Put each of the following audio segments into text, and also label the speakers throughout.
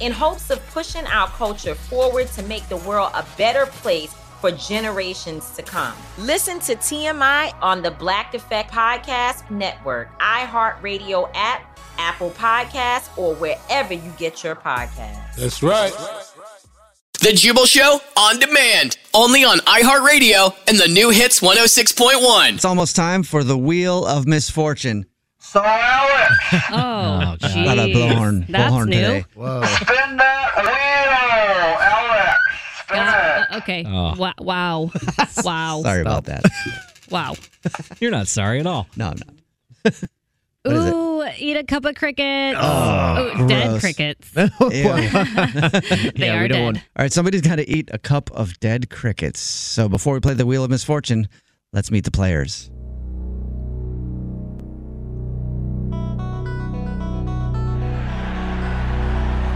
Speaker 1: in hopes of pushing our culture forward to make the world a better place for generations to come. Listen to TMI on the Black Effect Podcast Network, iHeartRadio app, Apple Podcasts, or wherever you get your podcasts.
Speaker 2: That's right.
Speaker 3: The Jubal Show on demand, only on iHeartRadio and the new hits 106.1.
Speaker 4: It's almost time for the Wheel of Misfortune.
Speaker 5: So Alex,
Speaker 6: Oh, geez.
Speaker 4: Not a blowhorn.
Speaker 6: That's
Speaker 4: blowhorn
Speaker 6: new.
Speaker 4: today.
Speaker 3: Oh.
Speaker 5: spin that wheel, Alex. Spin
Speaker 6: Uh,
Speaker 5: it.
Speaker 6: uh, okay. Wa- Wow. Wow.
Speaker 4: Sorry about that.
Speaker 6: Wow.
Speaker 7: You're not sorry at all.
Speaker 4: No, I'm not. What is it?
Speaker 6: Ooh, eat a cup of crickets. Oh, dead
Speaker 4: gross. Oh,
Speaker 6: crickets.
Speaker 4: Ew. All
Speaker 6: They are dead.
Speaker 4: right, somebody's got to eat a cup of dead crickets. So before we play the Wheel of Misfortune, let's meet the players.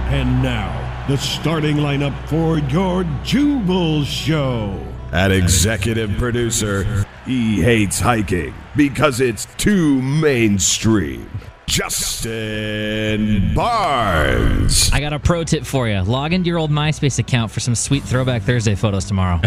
Speaker 2: And now, the starting lineup for your Jubal Show. At executive producer, he hates hiking because it's too mainstream. Justin Barnes.
Speaker 7: I got a pro tip for you. Log into your old MySpace account for some sweet Throwback Thursday photos tomorrow.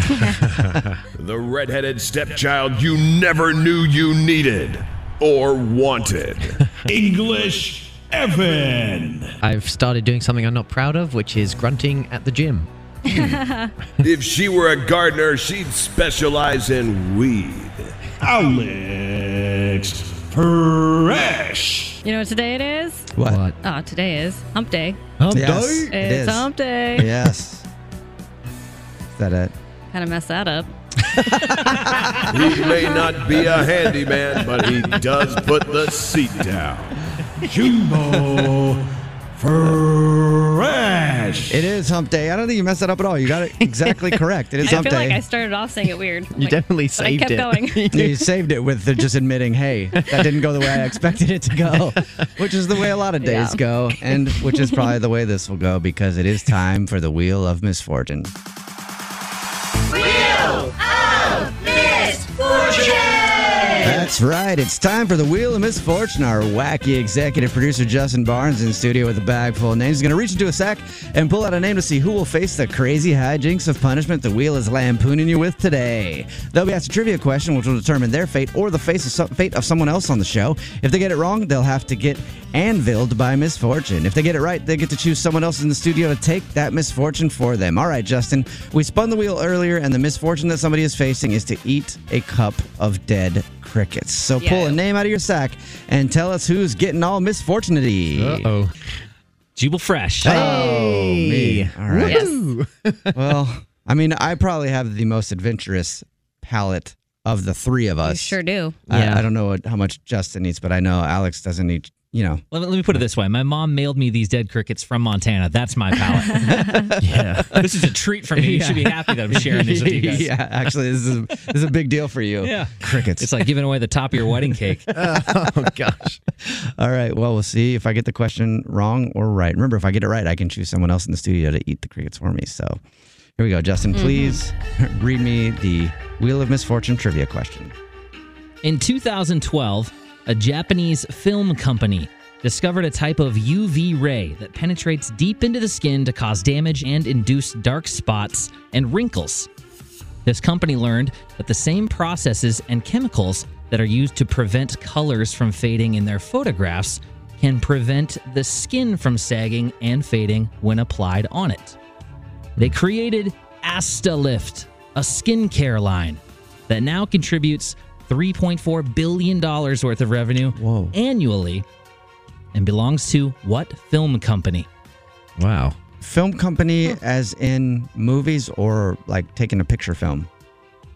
Speaker 2: The redheaded stepchild you never knew you needed or wanted. English Evan.
Speaker 5: I've started doing something I'm not proud of, which is grunting at the gym.
Speaker 2: If she were a gardener, she'd specialize in weed. Alex Fresh.
Speaker 6: You know what today it is?
Speaker 4: What?
Speaker 6: Oh, today is hump day.
Speaker 7: Hump
Speaker 4: Yes,
Speaker 7: day.
Speaker 4: it
Speaker 6: it's
Speaker 4: is.
Speaker 6: hump day.
Speaker 4: Yes. Is that it?
Speaker 6: Kind of messed that up.
Speaker 2: He may not be a handyman, but he does put the seat down. Jumbo Fresh.
Speaker 4: It is Hump Day. I don't think you messed that up at all. You got it exactly correct. It is
Speaker 6: I
Speaker 4: Hump
Speaker 6: feel
Speaker 4: Day.
Speaker 6: like I started off saying it weird.
Speaker 5: You
Speaker 6: Like-
Speaker 5: definitely
Speaker 6: but I
Speaker 5: saved
Speaker 6: kept
Speaker 5: it.
Speaker 6: going.
Speaker 4: you saved it with the just admitting, hey, that didn't go the way I expected it to go, which is the way a lot of days
Speaker 6: Yeah.
Speaker 4: go, and which is probably the way this will go because it is time for the Wheel of Misfortune. That's right. It's time for the Wheel of Misfortune. Our wacky executive producer, Justin Barnes, in studio with a bag full of names. He's going to reach into a sack and pull out a name to see who will face the crazy hijinks of punishment the wheel is lampooning you with today. They'll be asked a trivia question, which will determine their fate or the face of some, fate of someone else on the show. If they get it wrong, they'll have to get anviled by misfortune. If they get it right, they get to choose someone else in the studio to take that misfortune for them. All right, Justin, we spun the wheel earlier, and the misfortune that somebody is facing is to eat a cup of dead crickets. So pull a
Speaker 6: Yeah.
Speaker 4: name out of your sack and tell us who's getting all misfortunity.
Speaker 5: oh.
Speaker 7: Jubal Fresh.
Speaker 4: Oh, me. All right.
Speaker 6: Yes.
Speaker 4: Well, I mean, I probably have the most adventurous palate of the three of
Speaker 6: You
Speaker 4: us.
Speaker 6: sure do.
Speaker 4: I-
Speaker 7: Yeah.
Speaker 4: I, don't know what, how much Justin eats, but I know Alex doesn't eat, you know.
Speaker 7: Let me, let me put it this way. My mom mailed me these dead crickets from Montana. That's my palate.
Speaker 5: Yeah.
Speaker 7: this is a treat for me. You should be happy that I'm sharing these with you guys.
Speaker 4: yeah, actually, this is, a, this is a big deal for you.
Speaker 7: Yeah.
Speaker 4: Crickets.
Speaker 7: It's like giving away the top of your wedding cake.
Speaker 5: oh, gosh.
Speaker 4: All right. Well, we'll see if I get the question wrong or right. Remember, if I get it right, I can choose someone else in the studio to eat the crickets for me. So here we go. Justin,
Speaker 6: Mm-hmm.
Speaker 4: please read me the Wheel of Misfortune trivia question.
Speaker 7: In 2012, a Japanese film company discovered a type of UV ray that penetrates deep into the skin to cause damage and induce dark spots and wrinkles. This company learned that the same processes and chemicals that are used to prevent colors from fading in their photographs can prevent the skin from sagging and fading when applied on it. They created Astalift, a skincare line that now contributes $3.4 billion worth of revenue annually and belongs to what film company?
Speaker 4: Wow. Film company, as in movies or like taking a picture film?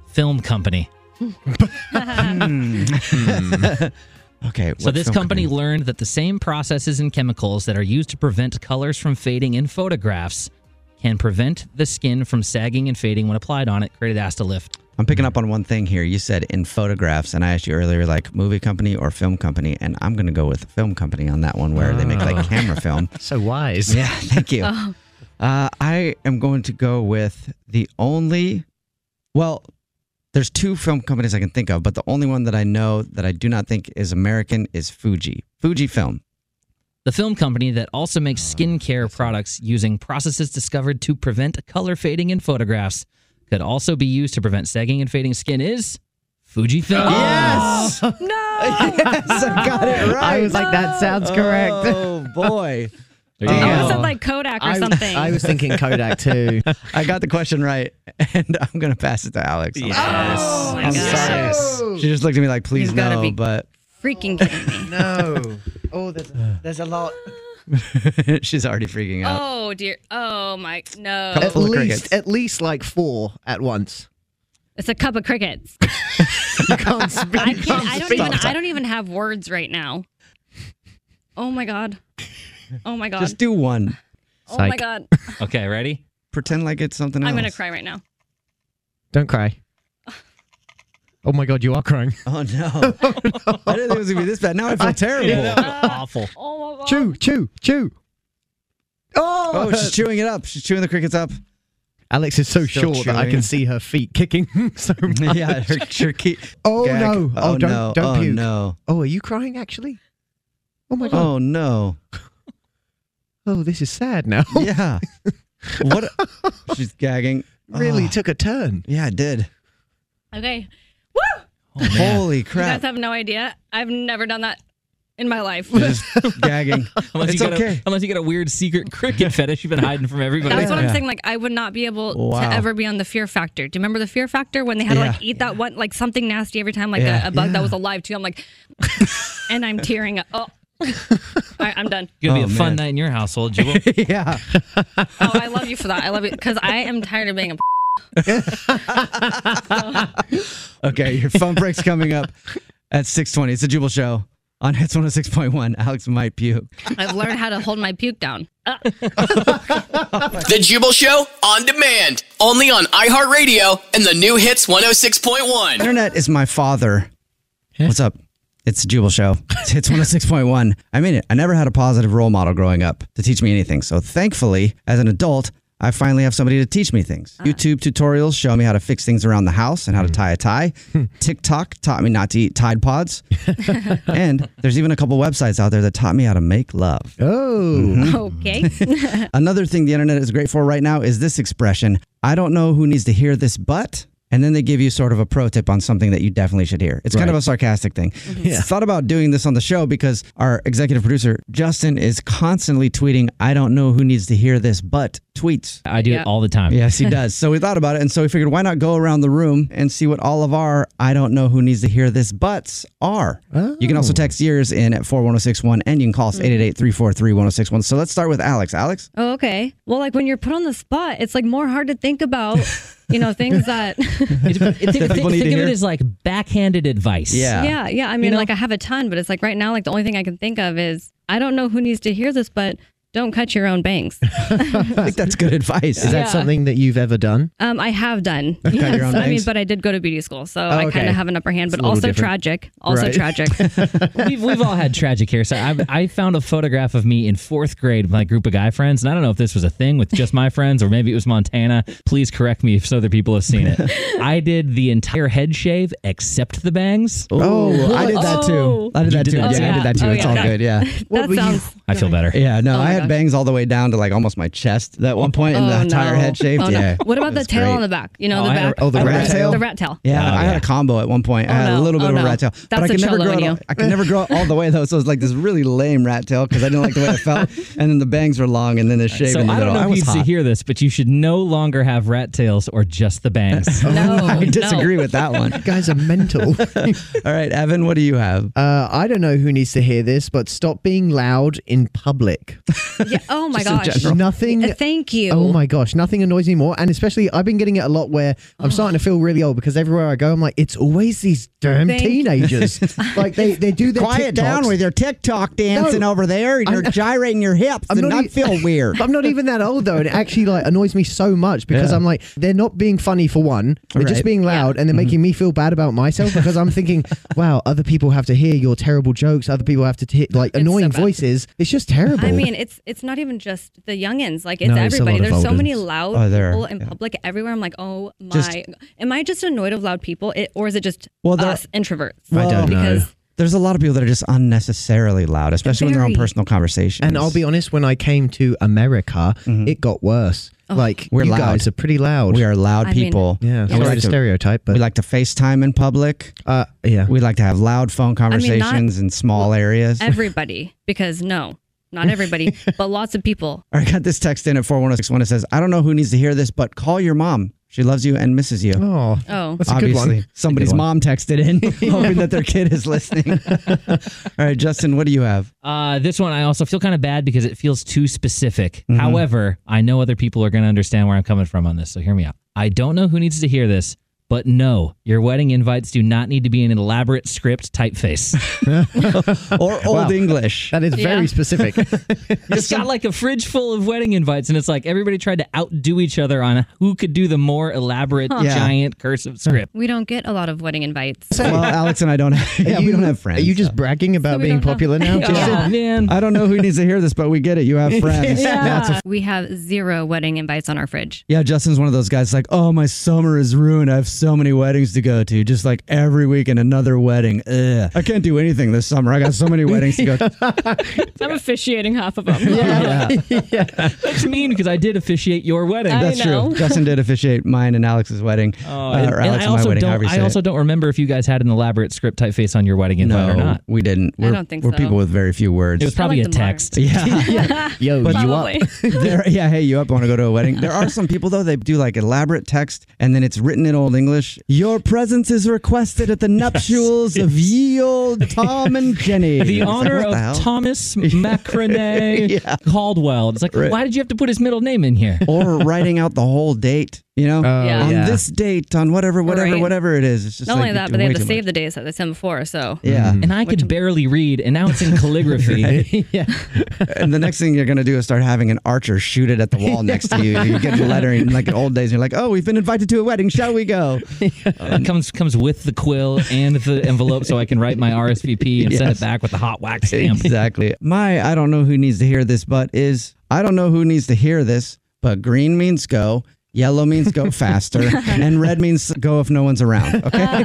Speaker 7: Film company.
Speaker 4: Hmm. okay.
Speaker 7: So
Speaker 4: what
Speaker 7: this
Speaker 4: film
Speaker 7: company learned that the same processes and chemicals that are used to prevent colors from fading in photographs can prevent the skin from sagging and fading when applied on it, created Astalift.
Speaker 4: I'm picking up on one thing here. You said in photographs, and I asked you earlier, like movie company or film company, and I'm going to go with film company on that one, where they make
Speaker 5: Oh.
Speaker 4: like camera film.
Speaker 5: So wise.
Speaker 4: Yeah, thank you.
Speaker 5: Oh.
Speaker 4: Uh, I am going to go with the only, well, there's two film companies I can think of, but the only one that I know that I do not think is American is Fuji. Fuji Film. Oh,
Speaker 7: The film company that also makes skincare products using processes discovered to prevent color fading in photographs could also be used to prevent sagging and fading skin is Fujifilm.
Speaker 6: Oh.
Speaker 4: Yes! No! yes, I got it right.
Speaker 5: I was like, that sounds correct.
Speaker 4: Oh, boy. Uh,
Speaker 5: There you
Speaker 6: I
Speaker 5: go.
Speaker 6: almost
Speaker 4: Oh.
Speaker 6: said like Kodak or
Speaker 5: I-
Speaker 6: something.
Speaker 5: I was thinking Kodak too.
Speaker 4: I got the question right, and I'm going to pass it to Alex. I'm sorry.
Speaker 6: Oh my
Speaker 4: I'm
Speaker 6: gosh.
Speaker 4: sorry. She just looked at me like, please
Speaker 6: You've gotta
Speaker 4: no,
Speaker 6: be-
Speaker 4: but
Speaker 6: Freaking kidding me.
Speaker 5: no. Oh, there's a, there's a lot.
Speaker 4: she's already freaking out.
Speaker 6: Oh dear. Oh my no.
Speaker 5: At least, at least like four at once.
Speaker 6: It's a cup of crickets.
Speaker 5: You can't speak.
Speaker 6: I
Speaker 5: you
Speaker 6: can't.
Speaker 5: can't
Speaker 6: I don't
Speaker 5: speak.
Speaker 6: even. I don't even have words right now. Oh my god. Oh my god.
Speaker 4: Just do one.
Speaker 6: oh my god.
Speaker 7: Okay, ready?
Speaker 4: Pretend like it's something else.
Speaker 6: I'm gonna cry right now.
Speaker 5: Don't cry. Oh my God, you are crying.
Speaker 4: Oh no. I didn't think it was gonna be this bad. Now I feel terrible.
Speaker 7: awful.
Speaker 6: Oh my god.
Speaker 5: Chew, chew, chew. Oh,
Speaker 4: Oh, she's chewing it up. She's chewing the crickets up.
Speaker 5: Alex is so
Speaker 4: Still
Speaker 5: short that I
Speaker 4: chewing.
Speaker 5: can see her feet kicking so much.
Speaker 4: yeah, her, her key.
Speaker 5: Oh
Speaker 4: gag.
Speaker 5: no! Oh,
Speaker 4: Oh,
Speaker 5: don't
Speaker 4: no.
Speaker 5: don't
Speaker 4: oh
Speaker 5: puke.
Speaker 4: no.
Speaker 5: Oh, are you crying actually? Oh my god!
Speaker 4: Oh no.
Speaker 5: Oh, this is sad now.
Speaker 4: Yeah. What? a- she's gagging.
Speaker 5: really
Speaker 4: Oh,
Speaker 5: took a turn.
Speaker 4: yeah, it did.
Speaker 6: Okay. Woo.
Speaker 4: Holy
Speaker 6: You guys
Speaker 4: crap.
Speaker 6: have no idea. I've never done that in my life.
Speaker 4: She's just gagging.
Speaker 7: Unless
Speaker 4: it's
Speaker 7: you got
Speaker 4: okay.
Speaker 7: a, unless you got a weird secret cricket fetish you've been hiding from everybody.
Speaker 6: That's what I'm
Speaker 4: Yeah.
Speaker 6: saying. Like, I would not be able
Speaker 4: Wow.
Speaker 6: to ever be on the Fear Factor. Do you remember the Fear Factor when they had to like
Speaker 4: Yeah.
Speaker 6: eat that one, like something nasty every time, like
Speaker 4: Yeah.
Speaker 6: a, a bug
Speaker 4: Yeah.
Speaker 6: that was alive too? I'm like, and I'm tearing up. Oh, I, I'm done.
Speaker 7: It's gonna
Speaker 4: Oh,
Speaker 7: be a fun
Speaker 4: man.
Speaker 7: night in your household, Jewel.
Speaker 4: yeah.
Speaker 6: Oh, I love you for that. I love you because I am tired of being a.
Speaker 4: Okay, your phone break's coming up at 6:20. It's a Jubal show on Hits 106.1. Alex might puke.
Speaker 6: I've learned how to hold my puke down. Uh,
Speaker 3: The Jubal Show on demand, only on iHeartRadio and the new hits 106.1.
Speaker 4: Internet is my father. What's up? It's the Jubal Show. It's oh Hits 106.1. I mean it. I never had a positive role model growing up to teach me anything. So thankfully, as an adult, I finally have somebody to teach me things. YouTube tutorials show me how to fix things around the house and how to tie a tie. TikTok taught me not to eat Tide Pods. and there's even a couple websites out there that taught me how to make love.
Speaker 5: Oh,
Speaker 4: Mm-hmm.
Speaker 6: okay.
Speaker 4: Another thing the internet is great for right now is this expression I don't know who needs to hear this, but. And then they give you sort of a pro tip on something that you definitely should hear. It's kind
Speaker 5: Right.
Speaker 4: of
Speaker 5: Mm-hmm.
Speaker 4: a sarcastic thing.
Speaker 5: Yeah.
Speaker 4: Thought about doing this on the show because our executive producer, Justin, is constantly tweeting, I don't know who needs to hear this, but tweets.
Speaker 7: I do
Speaker 6: Yeah.
Speaker 7: it all the time.
Speaker 4: Yes, he does. So we thought about it. And so we figured, why not go around the room and see what all of our I don't know who needs to hear this buts are. You
Speaker 5: Oh.
Speaker 4: can also text yours in at 41061 and you can call
Speaker 5: Mm-hmm.
Speaker 4: us 888 343 1061. So let's start with Alex. Alex?
Speaker 6: Oh, okay. Well, like when you're put on the spot, it's like more hard to think about, you know, things that.
Speaker 7: It- it- think
Speaker 4: people need to
Speaker 7: think- think of
Speaker 4: hear?
Speaker 7: it as like backhanded advice.
Speaker 4: Yeah.
Speaker 6: Yeah, yeah. I mean,
Speaker 7: know?
Speaker 6: like I have a ton, but it's like right now, like the only thing I can think of is I don't know who needs to hear this, but Don't cut your own bangs.
Speaker 5: I think that's good advice. Is
Speaker 6: Yeah.
Speaker 5: that something that you've ever done?
Speaker 6: Um, I have done.
Speaker 5: Cut your own
Speaker 6: I mean,
Speaker 5: bangs?
Speaker 6: but I did go to beauty school,
Speaker 4: Oh,
Speaker 6: so I
Speaker 7: okay.
Speaker 6: kind of have an upper hand,
Speaker 7: It's a
Speaker 6: but
Speaker 7: little
Speaker 6: also
Speaker 7: different.
Speaker 6: tragic. Also
Speaker 7: Right.
Speaker 6: tragic.
Speaker 7: we've, we've all had tragic hair. So I, I found a photograph of me in fourth grade with my group of guy friends, and I don't know if this was a thing with just my friends or maybe it was Montana. Please correct me if other people have seen it. I did the entire head shave except the bangs. Oh.
Speaker 4: Oh, I did that too. I did
Speaker 7: You
Speaker 4: that too. Yeah, I did that too. it's all good. Yeah.
Speaker 6: that sounds.
Speaker 7: I feel better.
Speaker 4: Yeah, no,
Speaker 6: Oh
Speaker 4: I
Speaker 6: my
Speaker 4: had
Speaker 6: gosh.
Speaker 4: bangs all the way down to like almost my chest at one point, and the
Speaker 6: Oh,
Speaker 4: entire
Speaker 6: no.
Speaker 4: head shaved.
Speaker 6: Oh, no.
Speaker 4: yeah.
Speaker 6: What about the
Speaker 4: That's
Speaker 6: tail
Speaker 4: great.
Speaker 6: on the back? You know,
Speaker 4: Oh,
Speaker 6: the
Speaker 4: I-
Speaker 6: back.
Speaker 4: oh, the rat tail?
Speaker 6: The rat tail.
Speaker 4: Oh, Yeah, I had a combo at one point. I had a
Speaker 6: no.
Speaker 4: little bit
Speaker 6: Oh,
Speaker 4: of a
Speaker 6: no.
Speaker 4: rat tail, but
Speaker 6: That's
Speaker 4: I could
Speaker 6: a
Speaker 4: never
Speaker 6: cholo
Speaker 4: grow.
Speaker 6: in
Speaker 4: It all,
Speaker 6: you.
Speaker 4: I could never grow it all the way though, so it was like this really lame rat tail because I didn't like the way it felt. And then the bangs were long, and then the shave
Speaker 7: So
Speaker 4: in the
Speaker 7: I
Speaker 4: middle.
Speaker 7: don't know
Speaker 4: I
Speaker 7: if
Speaker 4: was
Speaker 7: you to
Speaker 4: hot.
Speaker 7: hear this, but you should no longer have rat tails or just the bangs.
Speaker 4: Oh, I disagree with that one.
Speaker 8: guys are mental.
Speaker 4: All right, Evan, what do you have?
Speaker 8: Uh, I don't know who needs to hear this, but stop being loud in public.
Speaker 6: Yeah. Oh my
Speaker 8: Just in
Speaker 6: gosh.
Speaker 8: general. Nothing-
Speaker 6: Uh, Thank you.
Speaker 8: Oh my gosh, nothing annoys me more. And especially, I've been getting it a lot where
Speaker 6: Oh.
Speaker 8: I'm starting to feel really old because everywhere I go, I'm like, it's always these damn
Speaker 4: Thank-
Speaker 8: teenagers. like they, they do their
Speaker 4: Quiet down
Speaker 8: TikToks.
Speaker 4: with your TikTok dancing over there, and you're gyrating your hips, and I
Speaker 8: e-
Speaker 4: feel weird.
Speaker 8: I'm not even that old though, and it actually like annoys me so much because
Speaker 4: Yeah.
Speaker 8: I'm like, they're not being funny for one. They're
Speaker 4: Right.
Speaker 8: just being loud, and they're making me feel bad about myself because I'm thinking, wow, other people have to hear your terrible jokes. Other people have to t- like annoying voices. It's just terrible.
Speaker 6: I mean, it's it's not even just the youngins. Like it's
Speaker 8: No, it's a
Speaker 6: everybody.
Speaker 8: lot of
Speaker 6: There's so
Speaker 8: oldins.
Speaker 6: many loud
Speaker 8: Oh, there are,
Speaker 6: people in
Speaker 8: yeah.
Speaker 6: public everywhere. I'm like, oh my,
Speaker 4: Just-
Speaker 6: am I just annoyed of loud people, it, or is it just
Speaker 4: Well, there-
Speaker 6: us introverts?
Speaker 4: know. There's a lot of people that are just unnecessarily loud, especially when they're on
Speaker 6: Very.
Speaker 4: personal conversations.
Speaker 8: And I'll be honest, when I came to America, it got worse. Like
Speaker 4: Mm-hmm. We're
Speaker 8: you
Speaker 4: loud.
Speaker 8: guys are pretty loud.
Speaker 4: We are loud
Speaker 8: I mean-
Speaker 4: people.
Speaker 8: Yeah, sorry to stereotype, but
Speaker 4: we like to FaceTime in public.
Speaker 8: Uh, yeah,
Speaker 4: we like to have loud phone conversations in small areas.
Speaker 6: everybody, because no, not everybody, but lots of people.
Speaker 4: I got this text in at four one zero six one. It says, "I don't know who needs to hear this, but call your mom. She loves you and misses you."
Speaker 8: Oh,
Speaker 6: Oh.
Speaker 8: That's a good one.
Speaker 4: obviously
Speaker 8: That's a good
Speaker 4: somebody's
Speaker 8: one.
Speaker 4: mom texted in, hoping that their kid is listening. All right, Justin, what do you have?
Speaker 7: Uh, this one I also feel kind of bad because it feels too specific.
Speaker 4: Mhm.
Speaker 7: However, I know other people are going to understand where I'm coming from on this, so hear me out. I don't know who needs to hear this, but no, your wedding invites do not need to be an elaborate script typeface.
Speaker 4: or Old
Speaker 7: Wow.
Speaker 4: English.
Speaker 8: That is
Speaker 7: very Yeah.
Speaker 8: specific.
Speaker 7: it's got like a fridge full of wedding invites, and it's like everybody tried to outdo each other on who could do the more elaborate,
Speaker 6: Huh. Yeah.
Speaker 7: giant cursive script.
Speaker 6: We don't get a lot of wedding invites.
Speaker 4: well, Alex and I don't. Have, yeah, we don't have friends. Are you just
Speaker 8: bragging about
Speaker 6: being don't have- popular now?
Speaker 4: Justin?
Speaker 6: Yeah.
Speaker 7: man.
Speaker 4: I don't know who needs to hear this, but we get it. You have friends. That's a
Speaker 6: we have zero wedding invites on our fridge.
Speaker 4: Yeah, Justin's one of those guys like, oh, my summer is ruined. I have so many weddings to go to. Just like every weekend, another wedding. Ugh. I can't do anything this summer. I got so many weddings to go to.
Speaker 6: I'm officiating half of them.
Speaker 7: That's mean because I did officiate your wedding.
Speaker 4: That's true. Justin did officiate mine and Alex's wedding.
Speaker 7: Oh,
Speaker 4: Uh,
Speaker 7: and,
Speaker 4: or Alex
Speaker 7: and I
Speaker 4: and my
Speaker 7: also
Speaker 4: wedding, however
Speaker 7: don't.
Speaker 4: you
Speaker 7: I
Speaker 4: say it.
Speaker 7: also don't remember if you guys had an elaborate script typeface on your wedding invite or
Speaker 4: No,
Speaker 7: not.
Speaker 4: we didn't.
Speaker 7: I
Speaker 4: We're,
Speaker 7: don't think
Speaker 4: we're
Speaker 7: so.
Speaker 4: people with very few words.
Speaker 7: It was probably a text.
Speaker 4: Yeah.
Speaker 7: Oh,
Speaker 8: Yo,
Speaker 4: But-
Speaker 8: you up?
Speaker 4: there, yeah, hey, you up? Want to go to a wedding? There are some people though they do like elaborate text, and then it's written in old English. Your presence is requested at the nuptials of ye old Tom and Jenny.
Speaker 7: the
Speaker 4: It's like,
Speaker 7: honor
Speaker 4: what the hell?
Speaker 7: of Thomas Macrone
Speaker 4: Yeah.
Speaker 7: Caldwell. It's like,
Speaker 4: Right.
Speaker 7: why did you have to put his middle name in here?
Speaker 4: or writing out the whole date. You know,
Speaker 7: Yeah.
Speaker 4: on
Speaker 7: yeah.
Speaker 4: this date, on whatever, whatever,
Speaker 6: Right.
Speaker 4: whatever it is. It's just
Speaker 6: Not
Speaker 4: like
Speaker 6: only that, but
Speaker 4: you do
Speaker 6: they
Speaker 4: way
Speaker 6: have to
Speaker 4: too much.
Speaker 6: save the days that they sent before. So
Speaker 4: Yeah.
Speaker 7: And I could barely read, and now it's in calligraphy.
Speaker 4: And the next thing you're gonna do is start having an archer shoot it at the wall next to you. You get the lettering like in old days. You're like, oh, we've been invited to a wedding. Shall we go? Uh, Um,
Speaker 7: It comes comes with the quill and the envelope, so I can write my RSVP and send
Speaker 4: Yes.
Speaker 7: it back with the hot wax stamp.
Speaker 4: Exactly. My I don't know who needs to hear this, but is I don't know who needs to hear this, but green means go, yellow means go faster, and red means go if no one's around. Okay.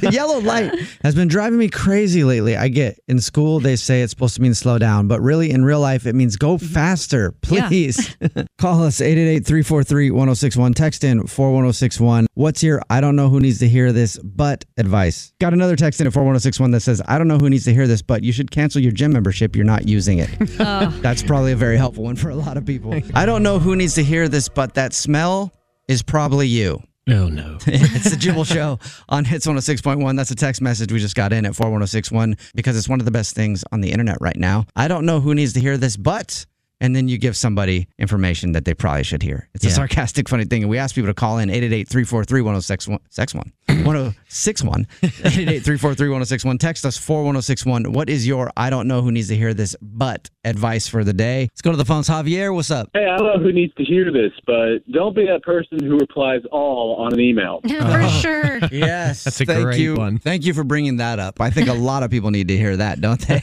Speaker 4: the yellow light has been driving me crazy lately. I get in school they say it's supposed to mean slow down, but really in real life it means go faster,
Speaker 6: Yeah.
Speaker 4: please. Call us 888-343-1061. Text in 41061. What's your I don't know who needs to hear this, but advice. Got another text in at 41061 that says, I don't know who needs to hear this, but you should cancel your gym membership. You're not using it. That's probably a very helpful one for a lot of people. I don't know who needs to hear this, but that smell is probably you.
Speaker 7: Oh no.
Speaker 4: it's the Jubal Show on Hits 106.1. That's a text message we just got in at 41061 because it's one of the best things on the internet right now. I don't know who needs to hear this, but. And then you give somebody information that they probably should hear. It's a sarcastic, funny thing. And we ask people to call in 888 343 1061. 1061. 888 343 1061. Text us 41061. What is your I don't know who needs to hear this, but advice for the day. Let's go to the phones. Javier, what's up?
Speaker 9: Hey, I don't know who needs to hear this, but don't be that person who replies all on an email.
Speaker 6: For sure.
Speaker 4: Yes.
Speaker 5: That's a
Speaker 4: Thank
Speaker 5: great
Speaker 4: you.
Speaker 5: one.
Speaker 4: Thank you for bringing that up. I think a lot of people need to hear that, don't they?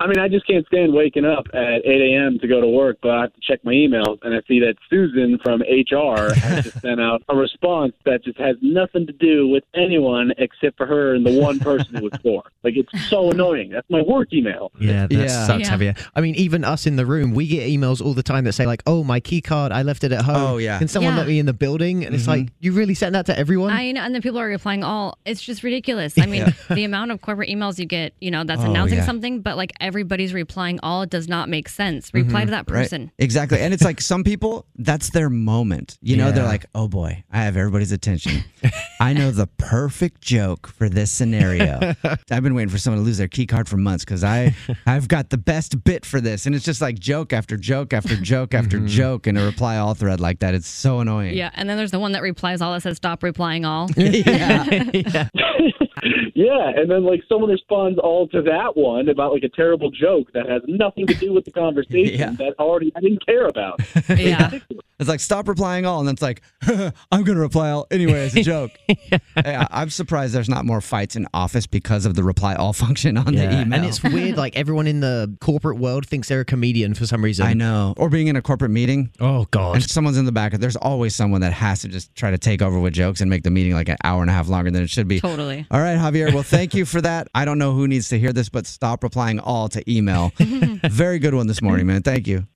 Speaker 9: I mean, I just can't stand waking up at 8 a.m. to go to work, but I have to check my email, and I see that Susan from HR has just sent out a response that just has nothing to do with anyone except for her and the one person it was for. Like, it's so annoying. That's my work email.
Speaker 5: Yeah, that
Speaker 8: Yeah.
Speaker 5: sucks,
Speaker 8: Yeah.
Speaker 5: Javier. I mean, even us in the room, we get emails all the time that say like, "Oh, my key card, I left it at home.
Speaker 4: Oh, yeah.
Speaker 5: Can someone
Speaker 6: Yeah. Uh,
Speaker 5: let me in the building?" And it's
Speaker 4: Mhm.
Speaker 5: like, you really sent that to everyone?
Speaker 6: I know, and then people are replying all. It's just ridiculous. I mean,
Speaker 5: Yeah.
Speaker 6: the amount of corporate emails you get, you know, that's
Speaker 4: Oh,
Speaker 6: announcing
Speaker 4: yeah.
Speaker 6: something, but like everybody's replying all it does not make sense. Reply to that
Speaker 4: Mm-hmm. Mhm. Right.
Speaker 6: person.
Speaker 4: Exactly. And it's like some people, that's their moment. You know, they're
Speaker 5: Yeah.
Speaker 4: like, oh boy, I have everybody's attention. I know the perfect joke for this scenario. I've been waiting for someone to lose their key card for months because I I've got the best bit for this. And it's just like joke after joke after joke
Speaker 5: Mm-hmm.
Speaker 4: after joke in a reply all thread like that. It's so annoying.
Speaker 6: Yeah, and then there's the one that replies all that says stop replying all.
Speaker 9: Yeah, and then, like, someone responds all to that one about, like, a terrible joke that has nothing to do with the conversation that already I didn't care about.
Speaker 4: It's like stop replying all, and then it's like I'm gonna reply all anyway as a joke. Hey, I- I'm surprised there's not more fights in office because of the reply all function on the
Speaker 5: Yeah.
Speaker 4: email.
Speaker 5: And it's weird. Like everyone in the corporate world thinks they're a comedian for some reason.
Speaker 4: I know. Or being in a corporate meeting.
Speaker 5: Oh God.
Speaker 4: And someone's in the back. There's always someone that has to just try to take over with jokes and make the meeting like an hour and a half longer than it should be.
Speaker 6: Totally.
Speaker 4: All right, Javier. Well, thank you for that. I don't know who needs to hear this, but stop replying all to email. Very good one this morning, man. Thank you.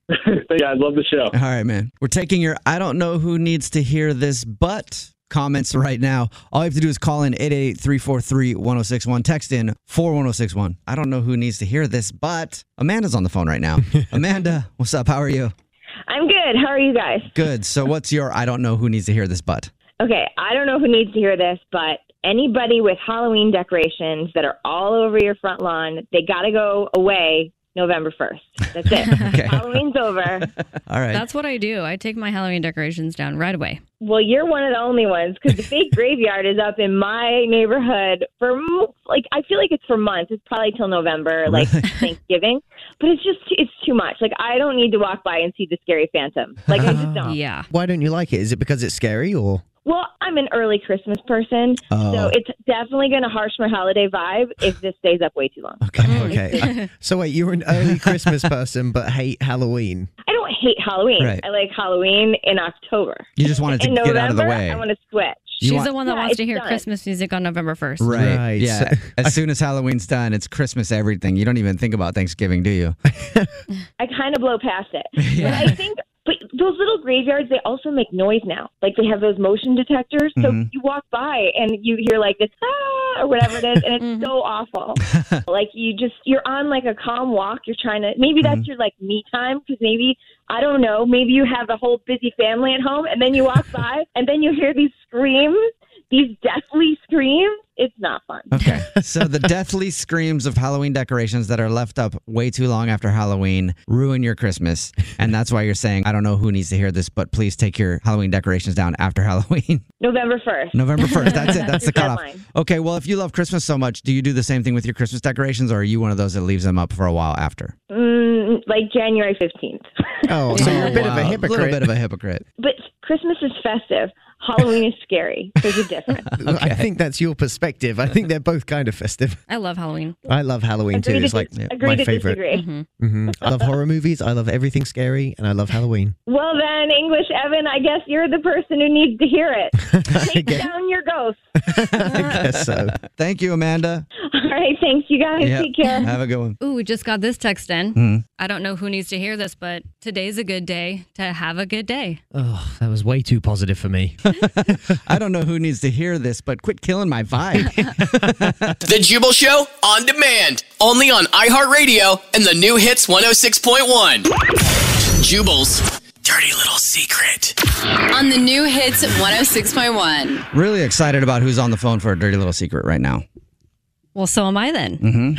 Speaker 9: yeah, I love the show.
Speaker 4: All right, man. We're taking your I don't know who needs to hear this, but comments right now. All you have to do is call in 888-343-1061. Text in 41061. I don't know who needs to hear this, but Amanda's on the phone right now. Amanda, what's up? How are you?
Speaker 10: I'm good. How are you guys?
Speaker 4: Good. So what's your I don't know who needs to hear this, but?
Speaker 10: Okay, I don't know who needs to hear this, but anybody with Halloween decorations that are all over your front lawn, they got to go away November 1st. That's it. Halloween's over.
Speaker 4: All right.
Speaker 6: That's what I do. I take my Halloween decorations down right away.
Speaker 10: Well, you're one of the only ones because the fake graveyard is up in my neighborhood for m- like I feel like it's for months. It's probably till November, like Thanksgiving. But it's just it's too much. Like I don't need to walk by and see the scary phantom. Like I just don't.
Speaker 6: Yeah.
Speaker 5: Why don't you like it? Is it because it's scary or?
Speaker 10: Well, I'm an early Christmas person,
Speaker 5: Oh.
Speaker 10: so it's definitely going to harsh my holiday vibe if this stays up way too long.
Speaker 5: Okay. Uh, so wait, you're an early Christmas person but hate Halloween.
Speaker 10: I don't hate Halloween.
Speaker 5: Right.
Speaker 10: I like Halloween in October.
Speaker 5: You just wanted to
Speaker 10: in
Speaker 5: get
Speaker 10: November,
Speaker 5: out of the way.
Speaker 10: I want to switch.
Speaker 4: You
Speaker 6: She's
Speaker 4: want-
Speaker 6: the one that
Speaker 10: Yeah,
Speaker 6: wants to
Speaker 10: it's
Speaker 6: hear
Speaker 10: done.
Speaker 6: Christmas music on November 1st.
Speaker 4: Right.
Speaker 5: Right.
Speaker 4: Yeah. as soon as Halloween's done, it's Christmas everything. You don't even think about Thanksgiving, do you?
Speaker 10: I kind of blow past it. But I think, but those little graveyards, they also make noise now. Like they have those motion detectors. So
Speaker 4: Mhm.
Speaker 10: you walk by and you hear like this, ah, or whatever it is. And it's so awful. like you just, you're on like a calm walk. You're trying to, maybe that's your like me time because maybe, I don't know, maybe you have a whole busy family at home and then you walk by and then you hear these screams, these deathly screams. It's not fun.
Speaker 4: Okay. So the deathly screams of Halloween decorations that are left up way too long after Halloween ruin your Christmas. And that's why you're saying, I don't know who needs to hear this, but please take your Halloween decorations down after Halloween.
Speaker 10: November 1st.
Speaker 4: November 1st. That's it. That's the
Speaker 10: Your
Speaker 4: cutoff.
Speaker 10: deadline.
Speaker 4: Okay. Well, if you love Christmas so much, do you do the same thing with your Christmas decorations or are you one of those that leaves them up for a while after?
Speaker 10: Mm, like January 15th.
Speaker 5: Oh, so you're a bit of a
Speaker 4: wow.
Speaker 5: hypocrite.
Speaker 4: uh, little bit of a hypocrite.
Speaker 10: But Christmas is festive. Halloween is scary. There's a difference.
Speaker 5: I think that's your perspective. I think they're both kind of festive.
Speaker 6: I love Halloween. Mm-hmm.
Speaker 5: I love Halloween
Speaker 10: Agree
Speaker 5: too.
Speaker 10: to
Speaker 5: It's like
Speaker 10: dis- agree
Speaker 5: my
Speaker 10: to
Speaker 5: favorite.
Speaker 10: disagree.
Speaker 5: hmm I love horror movies. I love everything scary, and I love Halloween.
Speaker 10: Well, then, English Evan, I guess you're the person who needs to hear it. Take down your ghost.
Speaker 4: so. Thank you, Amanda.
Speaker 10: All right. Thanks, you guys.
Speaker 4: Yep.
Speaker 10: Take care.
Speaker 4: Have a good one.
Speaker 6: Ooh, we just got this text in.
Speaker 4: Mhm.
Speaker 6: I don't know who needs to hear this, but today's a good day to have a good day.
Speaker 5: Oh, that was way too positive for me.
Speaker 4: I don't know who needs to hear this, but quit killing my vibe.
Speaker 3: The Jubal Show on demand, only on iHeartRadio and the new hits 106.1. Jubal's dirty little secret.
Speaker 11: On the new hits 106.1.
Speaker 4: really excited about who's on the phone for a dirty little secret right now.
Speaker 6: Well, so am I then.
Speaker 4: hmm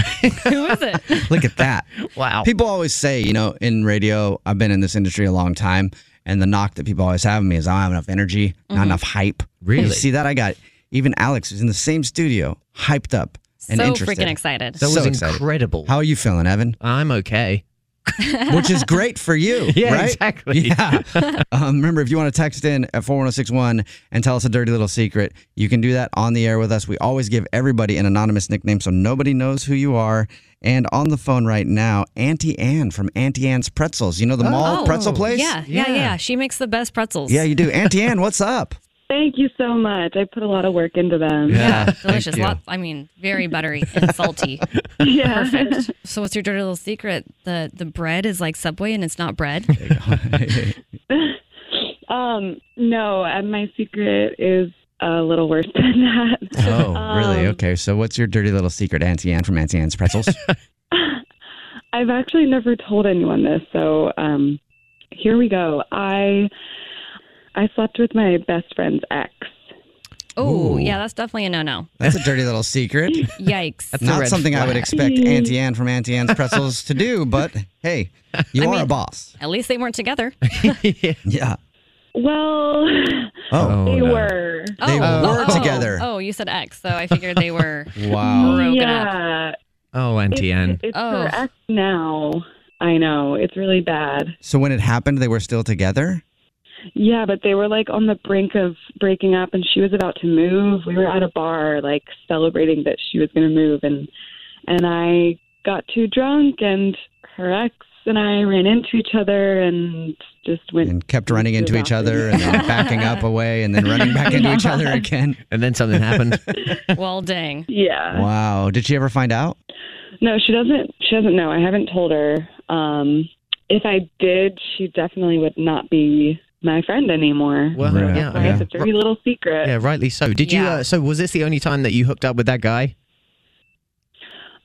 Speaker 6: who is it?
Speaker 4: Look at that. wow. People always say, you know, in radio, I've been in this industry a long time, and the knock that people always have on me is I don't have enough energy, not
Speaker 6: Mhm.
Speaker 4: enough hype.
Speaker 6: Really?
Speaker 4: You see that? I got even Alex who's in the same studio, hyped up and
Speaker 6: So
Speaker 4: interested.
Speaker 6: freaking excited.
Speaker 5: That was
Speaker 4: excited.
Speaker 5: incredible.
Speaker 4: How are you feeling, Evan?
Speaker 5: I'm okay.
Speaker 4: which is great for you.
Speaker 5: Yeah,
Speaker 4: right?
Speaker 5: exactly.
Speaker 4: Yeah. um, remember, if you want to text in at 41061 and tell us a dirty little secret, you can do that on the air with us. We always give everybody an anonymous nickname so nobody knows who you are. And on the phone right now, Auntie Ann from Auntie Ann's Pretzels. You know the
Speaker 6: Oh.
Speaker 4: mall pretzel place?
Speaker 12: Oh, Yeah, yeah, yeah, She makes the best pretzels.
Speaker 4: Yeah, you do. Auntie Ann, what's up?
Speaker 12: Thank you so much. I put a lot of work into them.
Speaker 4: Yeah, thank
Speaker 6: Delicious.
Speaker 4: you.
Speaker 6: Lot, I mean, very buttery and salty.
Speaker 12: Yeah.
Speaker 6: Perfect. So, what's your dirty little secret? The the bread is like Subway, and it's not bread.
Speaker 4: Oh,
Speaker 12: Um, no, uh, my secret is a little worse than that.
Speaker 4: Oh, really?
Speaker 12: Um,
Speaker 4: Okay. So, what's your dirty little secret, Auntie Ann from Auntie Ann's Pretzels?
Speaker 12: I've actually never told anyone this, so um, here we go. I I slept with my best friend's ex.
Speaker 6: Oh,
Speaker 4: Ooh.
Speaker 6: yeah, that's definitely a no no.
Speaker 4: That's a dirty little secret.
Speaker 6: Yikes.
Speaker 4: That's not something I would expect Auntie Ann from Auntie Ann's Pretzels to do, but hey, you
Speaker 6: I
Speaker 4: are
Speaker 6: mean-
Speaker 4: a boss.
Speaker 6: At least they weren't together.
Speaker 4: Yeah.
Speaker 12: Well,
Speaker 4: Oh,
Speaker 12: they
Speaker 4: no.
Speaker 12: were.
Speaker 4: They were together.
Speaker 6: Oh, you said ex, so I figured they were
Speaker 5: Wow.
Speaker 6: broken up.
Speaker 12: yeah,
Speaker 5: Oh, Auntie Ann.
Speaker 12: it's
Speaker 6: Oh.
Speaker 12: her ex now. I know it's really bad.
Speaker 4: So when it happened, they were still together?
Speaker 12: Yeah, but they were like on the brink of breaking up, and she was about to move. We were at a bar, like celebrating that she was going to move, and and I got too drunk, and her ex and I ran into each other, and just went
Speaker 4: And kept running into each other and then backing up away and then running back into each other again.
Speaker 5: And then something happened.
Speaker 6: Well, dang.
Speaker 12: yeah.
Speaker 4: Wow. Did she ever find out?
Speaker 12: No, she doesn't. She doesn't know. I haven't told her. Um, if I did, she definitely would not be my friend anymore.
Speaker 5: Well,
Speaker 12: That's
Speaker 5: yeah,
Speaker 12: why
Speaker 5: yeah.
Speaker 12: It's a dirty little secret.
Speaker 5: Yeah, rightly so. Did you?
Speaker 12: Yeah.
Speaker 5: Uh, so was this the only time that you hooked up with that guy?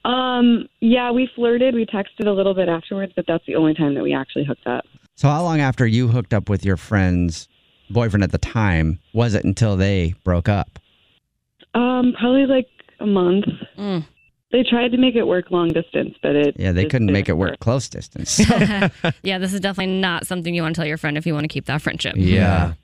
Speaker 12: Um, yeah, we flirted. We texted a little bit afterwards, but that's the only time that we actually hooked up.
Speaker 4: So how long after you hooked up with your friend's boyfriend at the time was it until they broke up?
Speaker 12: Um, probably like a month. They tried to make it work long distance, but it
Speaker 4: Yeah, they couldn't make it work close distance.
Speaker 6: Yeah, this is definitely not something you want to tell your friend if you want to keep that friendship.
Speaker 4: yeah.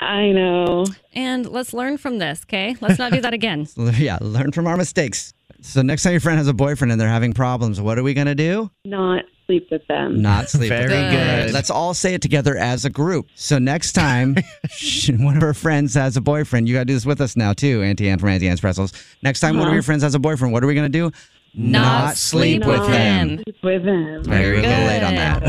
Speaker 12: I know.
Speaker 6: And let's learn from this, okay? Let's not do that again.
Speaker 4: Yeah, learn from our mistakes. So next time your friend has a boyfriend and they're having problems, what are we going to do?
Speaker 12: not sleep with them.
Speaker 4: Not sleep. with
Speaker 12: Very
Speaker 4: them.
Speaker 12: good.
Speaker 4: Right, Let's all say it together as a group. So next time sh- one of our friends has a boyfriend, you got to do this with us now too, Auntie Anne from Auntie Anne's Pretzels. Next time one of
Speaker 12: Uh-huh.
Speaker 4: your friends has a boyfriend, what are we going to do?
Speaker 12: Not sleep with them.
Speaker 4: Very good. Late on that.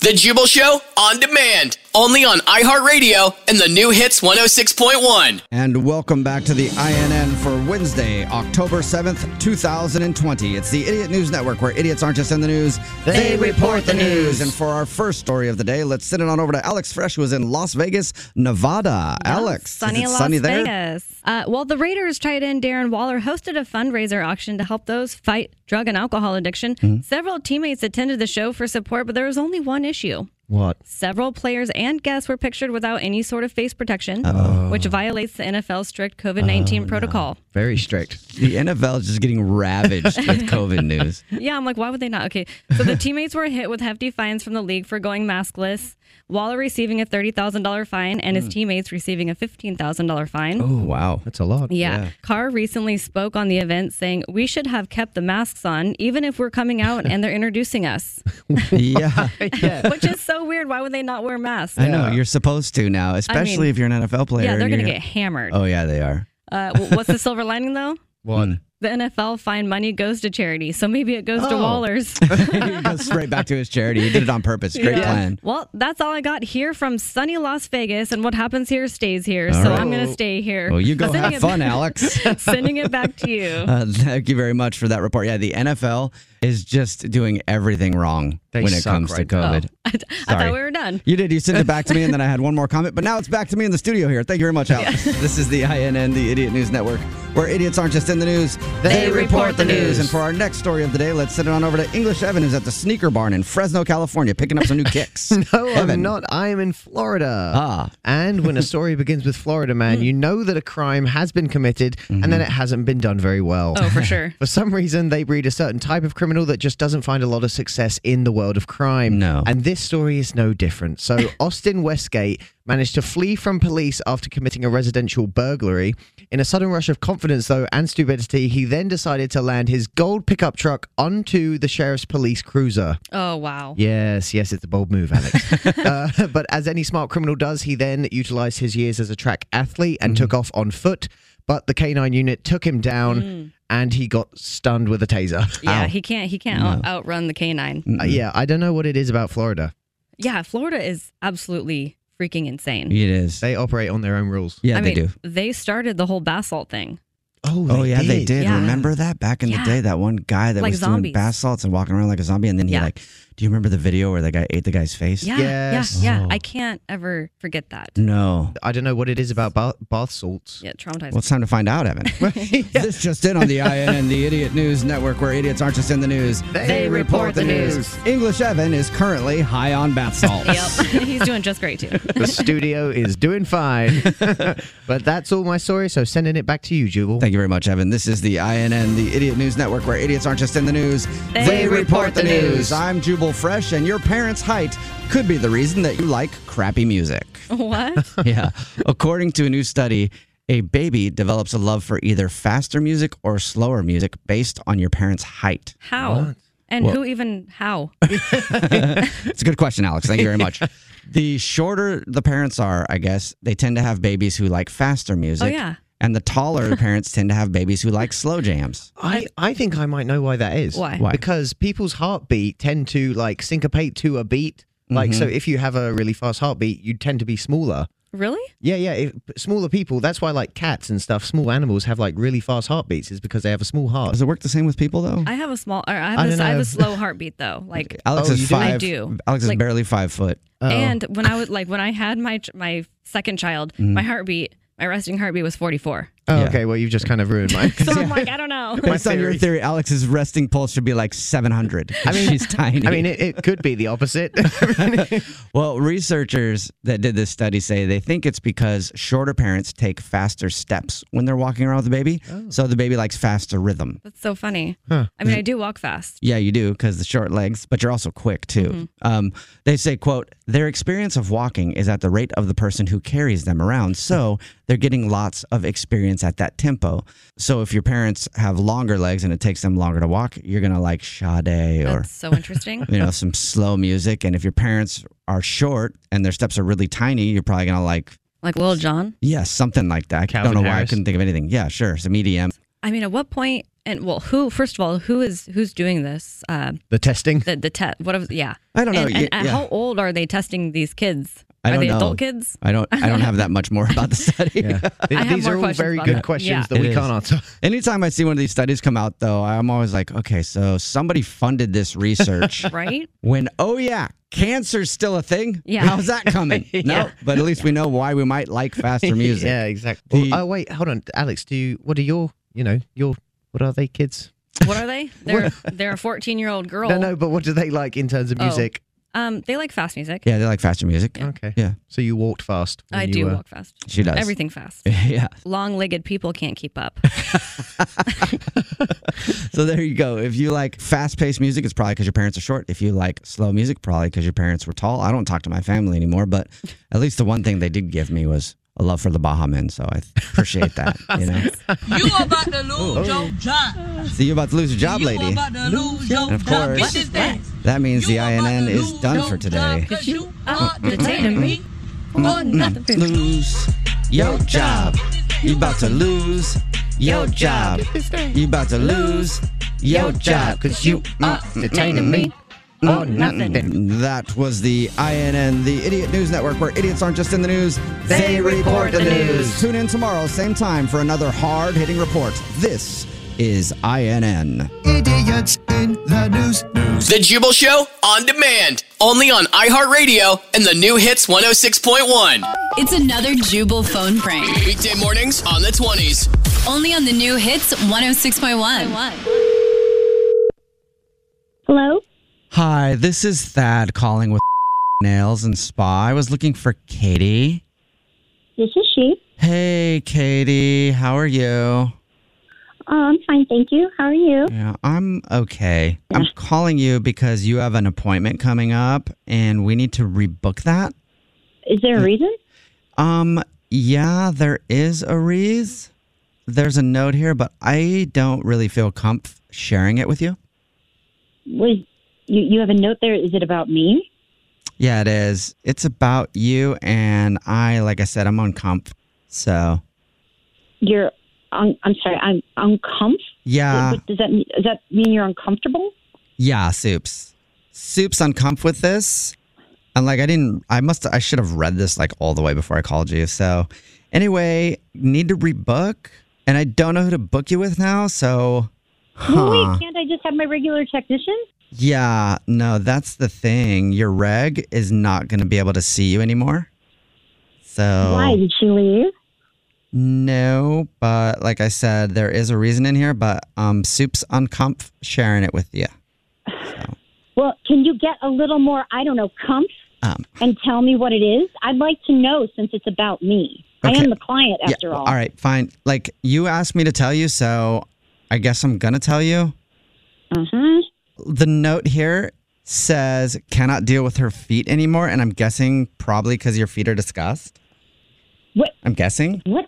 Speaker 3: The Jubal Show on demand, only on iHeartRadio and the new hits 106.1.
Speaker 4: And welcome back to the INN for Wednesday, October 7th, 2020. It's the Idiot News Network, where idiots aren't just in the news,
Speaker 5: They report the news.
Speaker 4: And for our first story of the day, let's send it on over to Alex Fresh, who is in Las Vegas, Nevada. Alex,
Speaker 6: Sunny
Speaker 4: is it
Speaker 6: Las
Speaker 4: sunny there?
Speaker 6: Vegas. Uh, well, the Raiders tight end Darren Waller hosted a fundraiser auction to help those fight drug and alcohol addiction.
Speaker 4: Mhm.
Speaker 6: Several teammates attended the show for support, but there was only one issue.
Speaker 5: What?
Speaker 6: Several players and guests were pictured without any sort of face protection,
Speaker 4: Oh.
Speaker 6: which violates the NFL's strict COVID 19 protocol.
Speaker 4: Very strict. The NFL is just getting ravaged with COVID news.
Speaker 6: Yeah, I'm like, why would they not? Okay. So the teammates were hit with hefty fines from the league for going maskless, Waller receiving a $30,000 fine and his teammates receiving a $15,000 fine.
Speaker 4: Hmm. Oh, wow.
Speaker 5: That's a lot.
Speaker 6: Yeah. Carr recently spoke on the event saying, We should have kept the masks on, even if we're coming out and they're introducing us,
Speaker 4: yeah.
Speaker 6: which is so weird. Why would they not wear masks?
Speaker 4: I know. You're supposed to now, especially if you're an NFL player.
Speaker 6: Yeah, they're
Speaker 4: and
Speaker 6: going to
Speaker 4: you're-
Speaker 6: get hammered.
Speaker 4: Oh, yeah, they are. Hmm.
Speaker 6: Uh, w- what's the silver lining, though?
Speaker 4: One.
Speaker 6: The NFL fine money goes to charity. So maybe it goes to
Speaker 4: Oh.
Speaker 6: Waller's.
Speaker 4: he goes right back to his charity. He did it on purpose. Great
Speaker 6: Yeah.
Speaker 4: plan.
Speaker 6: Well, that's all I got here from sunny Las Vegas, and what happens here stays here.
Speaker 4: All
Speaker 6: so
Speaker 4: right.
Speaker 6: I'm going to stay here.
Speaker 4: Well, you go
Speaker 6: Sending
Speaker 4: have
Speaker 6: it-
Speaker 4: fun, Alex.
Speaker 6: sending it back to you.
Speaker 4: Uh, thank you very much for that report. Yeah, the NFL is just doing everything wrong
Speaker 5: They
Speaker 4: when it
Speaker 5: suck
Speaker 4: comes
Speaker 5: right
Speaker 4: to
Speaker 5: now. Oh,
Speaker 4: COVID.
Speaker 6: Oh, I thought
Speaker 4: Sorry.
Speaker 6: we were done.
Speaker 4: You did. You sent it back to me, and then I had one more comment. But now it's back to me in the studio here. Thank you very much, Alex. This is the INN, the Idiot News Network, where idiots aren't just in the news,
Speaker 5: They report the news.
Speaker 4: And for our next story of the day, let's send it on over to English Evan, who's at the Sneaker Barn in Fresno, California, picking up some new kicks.
Speaker 5: No, I'm
Speaker 4: Evan.
Speaker 5: not. I am in Florida.
Speaker 4: Ah.
Speaker 5: And when a story begins with Florida, man, you know that a crime has been committed and then it hasn't been done very well.
Speaker 6: Oh, for sure.
Speaker 5: for some reason, they breed a certain type of
Speaker 8: criminal that just doesn't find a lot of success in the world of crime. No. And this story is no different. So, Austin Westgate managed to flee from police after committing a residential burglary. In a sudden rush of confidence, though, and stupidity, he then decided to land his gold pickup truck onto the sheriff's police cruiser.
Speaker 6: Oh, wow.
Speaker 8: Yes, yes, it's a bold move, Alex. uh, but as any smart criminal does, he then utilized his years as a track athlete and took off on foot. But the K9 unit took him down
Speaker 6: Mm.
Speaker 8: and he got stunned with a taser.
Speaker 6: Yeah, he can't. He can't out-
Speaker 8: No.
Speaker 6: outrun the canine.
Speaker 8: Uh, yeah, I don't know what it is about Florida.
Speaker 6: Yeah, Florida is absolutely freaking insane.
Speaker 8: It is. They operate on their own rules.
Speaker 6: I mean, They started the whole basalt thing.
Speaker 8: Oh,
Speaker 4: oh yeah, they
Speaker 6: did.
Speaker 4: did.
Speaker 6: Yeah.
Speaker 4: Remember that back in
Speaker 6: Yeah.
Speaker 4: the day, that one guy that
Speaker 6: Like
Speaker 4: was
Speaker 6: zombies.
Speaker 4: doing bath salts and walking around like a zombie, and then he
Speaker 6: Yeah.
Speaker 4: like, do you remember the video where the guy ate the guy's face?
Speaker 6: Yeah, yeah, yeah.
Speaker 4: Oh.
Speaker 6: I can't ever forget that.
Speaker 4: No.
Speaker 8: Oh. I don't know what it is about ba- bath salts.
Speaker 6: Yeah, traumatized.
Speaker 4: Well, it's time to find out, Evan. This just in on the INN, the Idiot News Network, where idiots aren't just in the news.
Speaker 6: They report the news.
Speaker 4: English Evan is currently high on bath salts.
Speaker 6: yep, he's doing just great too.
Speaker 8: the studio is doing fine. but that's all my story, so sending it back to you, Jubal.
Speaker 4: Thank you very much, Evan. This is the INN, the Idiot News Network, where idiots aren't just in the news.
Speaker 8: They report the news.
Speaker 4: I'm Jubal Fresh, and your parents' height could be the reason that you like crappy music.
Speaker 6: What?
Speaker 4: yeah. According to a new study, a baby develops a love for either faster music or slower music based on your parents' height.
Speaker 6: How? And
Speaker 4: Well-
Speaker 6: who even? How?
Speaker 4: It's a good question, Alex. Thank you very much. the shorter the parents are, I guess, they tend to have babies who like faster music.
Speaker 6: Oh, yeah.
Speaker 4: And the taller the parents tend to have babies who like slow jams.
Speaker 8: I, I think I might know why that is.
Speaker 4: Why? Why?
Speaker 8: Because people's heartbeat tend to like syncopate to a beat. Like, so
Speaker 4: Mhm.
Speaker 8: if you have a really fast heartbeat, you tend to be smaller.
Speaker 6: Really?
Speaker 8: Yeah, yeah. If, smaller people. That's why, like cats and stuff, small animals have like really fast heartbeats. Is because they have a small heart.
Speaker 4: Does it work the same with people though?
Speaker 6: I have a small. Or I
Speaker 8: I
Speaker 6: have this.
Speaker 8: don't
Speaker 6: I, have
Speaker 8: know.
Speaker 6: a slow heartbeat though. Like
Speaker 8: Oh,
Speaker 4: Alex is five.
Speaker 6: I do.
Speaker 4: Alex
Speaker 6: Like,
Speaker 4: is barely oh. five foot.
Speaker 6: And when I was like when I had my ch- my second child,
Speaker 4: Mhm.
Speaker 6: my heartbeat, my resting heartbeat was 44.
Speaker 8: Oh, okay. Well, you've just kind of ruined mine.
Speaker 6: So I'm like, I don't know.
Speaker 4: Based on your theory, Alex's resting pulse should be like 700. I mean, she's tiny.
Speaker 8: I mean, it, it could be the opposite.
Speaker 4: well, researchers that did this study say they think it's because shorter parents take faster steps when they're walking around with the baby.
Speaker 8: Oh.
Speaker 4: So the baby likes faster rhythm.
Speaker 6: That's so funny.
Speaker 4: Huh.
Speaker 6: I
Speaker 8: Hmm.
Speaker 6: mean, I do walk fast.
Speaker 4: Yeah, you do because the short legs, but you're also quick too.
Speaker 6: Mhm.
Speaker 4: Um, they say, "quote Their experience of walking is at the rate of the person who carries them around, so they're getting lots of experience at that tempo. So if your parents have longer legs and it takes them longer to walk, you're gonna like Sade or
Speaker 6: That's so interesting.
Speaker 4: you know some slow music. And if your parents are short and their steps are really tiny, you're probably gonna like
Speaker 6: Like Lil John.
Speaker 4: yeah something like that. I
Speaker 8: Calvin
Speaker 4: don't know why I
Speaker 8: Harris.
Speaker 4: couldn't think of anything. Yeah, sure, some EDM.
Speaker 6: I mean, at what point and well, who first of all, who is who's doing this? Uh,
Speaker 8: the testing.
Speaker 6: the the test. What if? Yeah.
Speaker 4: I don't know.
Speaker 6: And, and
Speaker 4: Yeah,
Speaker 6: at
Speaker 4: yeah.
Speaker 6: how old are they testing these kids?
Speaker 4: I
Speaker 6: are
Speaker 4: don't
Speaker 6: they
Speaker 4: know.
Speaker 6: adult kids?
Speaker 4: I don't. I don't have that much more about the study.
Speaker 6: I have
Speaker 8: These
Speaker 6: more
Speaker 8: are all
Speaker 6: questions
Speaker 8: very
Speaker 6: about
Speaker 8: good
Speaker 6: that.
Speaker 8: questions
Speaker 6: Yeah.
Speaker 8: that
Speaker 4: It
Speaker 8: we
Speaker 4: is.
Speaker 8: can't answer.
Speaker 4: Anytime I see one of these studies come out, though, I'm always like, okay, so somebody funded this research.
Speaker 6: Right?
Speaker 4: When, oh, yeah, cancer's still a thing.
Speaker 8: Yeah.
Speaker 4: How's that coming? No,
Speaker 8: Yeah.
Speaker 4: but at least we know why we might like faster music.
Speaker 8: yeah, exactly.
Speaker 4: The-
Speaker 8: oh wait, hold on, Alex. Do you? What are your? You know, your. What are they, kids?
Speaker 6: What are they? They're they're a 14 year old girl.
Speaker 8: No, no. But what do they like in terms of
Speaker 6: Oh.
Speaker 8: music?
Speaker 6: Um, they like fast music.
Speaker 4: Yeah, they like faster music.
Speaker 8: Okay.
Speaker 4: Yeah.
Speaker 8: So you walked fast. when
Speaker 6: I
Speaker 8: you
Speaker 6: do
Speaker 8: were-
Speaker 6: walk fast.
Speaker 4: uh, She does.
Speaker 6: Everything fast.
Speaker 4: yeah.
Speaker 6: Long legged people can't keep up.
Speaker 4: So there you go. If you like fast paced music, it's probably because your parents are short. If you like slow music, probably because your parents were tall. I don't talk to my family anymore, but at least the one thing they did give me was a love for the Baha Men. So I appreciate that. You know?
Speaker 13: You about to lose
Speaker 4: Ooh.
Speaker 13: your job.
Speaker 4: So you're about to lose your job,
Speaker 13: you
Speaker 4: lady.
Speaker 13: about to lose your
Speaker 4: And of
Speaker 13: job.
Speaker 4: course,
Speaker 13: Bitch is that.
Speaker 4: that means the INN is done for today.
Speaker 13: Cause you are detaining me.
Speaker 14: 어,
Speaker 4: Mm, mm, Lose your job. You about to lose your job. You about to lose your job. Cause you are
Speaker 8: detaining me
Speaker 4: or nothing. That was the INN, the Idiot News Network, where idiots aren't just in the news, they report the news. Tune in tomorrow, same time, for another hard hitting report. This is INN.
Speaker 3: Idiots in the news. The Jubal Show on demand, only on iHeartRadio and the new hits 106.1.
Speaker 11: It's another Jubal phone prank.
Speaker 3: Weekday mornings on the 20s.
Speaker 11: Only on the new hits 106.1.
Speaker 4: Hello? Hi, this is Thad calling with Nails and Spa. I was looking for Katie.
Speaker 15: This is she.
Speaker 4: Hey, Katie, how are you?
Speaker 15: Oh, I'm fine, thank you. How are you?
Speaker 4: Yeah, I'm okay. I'm calling you because you have an appointment coming up and we need to rebook that.
Speaker 15: Is there a reason?
Speaker 4: Um, yeah, there is a reason. There's a note here, but I don't really feel comf sharing it with you.
Speaker 15: Was you, you have a note there? Is it about me?
Speaker 4: Yeah, it is. It's about you and I, like I said, I'm on comp. So,
Speaker 15: You're un, I'm sorry. I'm uncomfortable.
Speaker 4: yeah.
Speaker 15: Does that mean- does that mean you're uncomfortable?
Speaker 4: Yeah, soups. Soups on comp with this. And like I didn't I must I should have read this like all the way before I called you. So anyway, need to rebook and I don't know who to book you with now, so
Speaker 15: No,
Speaker 4: huh.
Speaker 15: wait, can't I just have my regular technician?
Speaker 4: Yeah, no, that's the thing. Your reg is not going to be able to see you anymore. So
Speaker 15: Why did she leave?
Speaker 4: No, but like I said, there is a reason in here, but um soups on comp sharing it with you.
Speaker 15: Well, can you get a little more? I don't know, comf,
Speaker 4: Um
Speaker 15: and tell me what it is. I'd like to know since it's about me. I am the client
Speaker 4: Yeah,
Speaker 15: after all.
Speaker 4: All right, fine. Like you asked me to tell you, so I guess I'm gonna tell you.
Speaker 15: Uh-huh.
Speaker 4: The note here says cannot deal with her feet anymore, and I'm guessing probably because your feet are disgust.
Speaker 15: What?
Speaker 4: I'm guessing.
Speaker 15: What?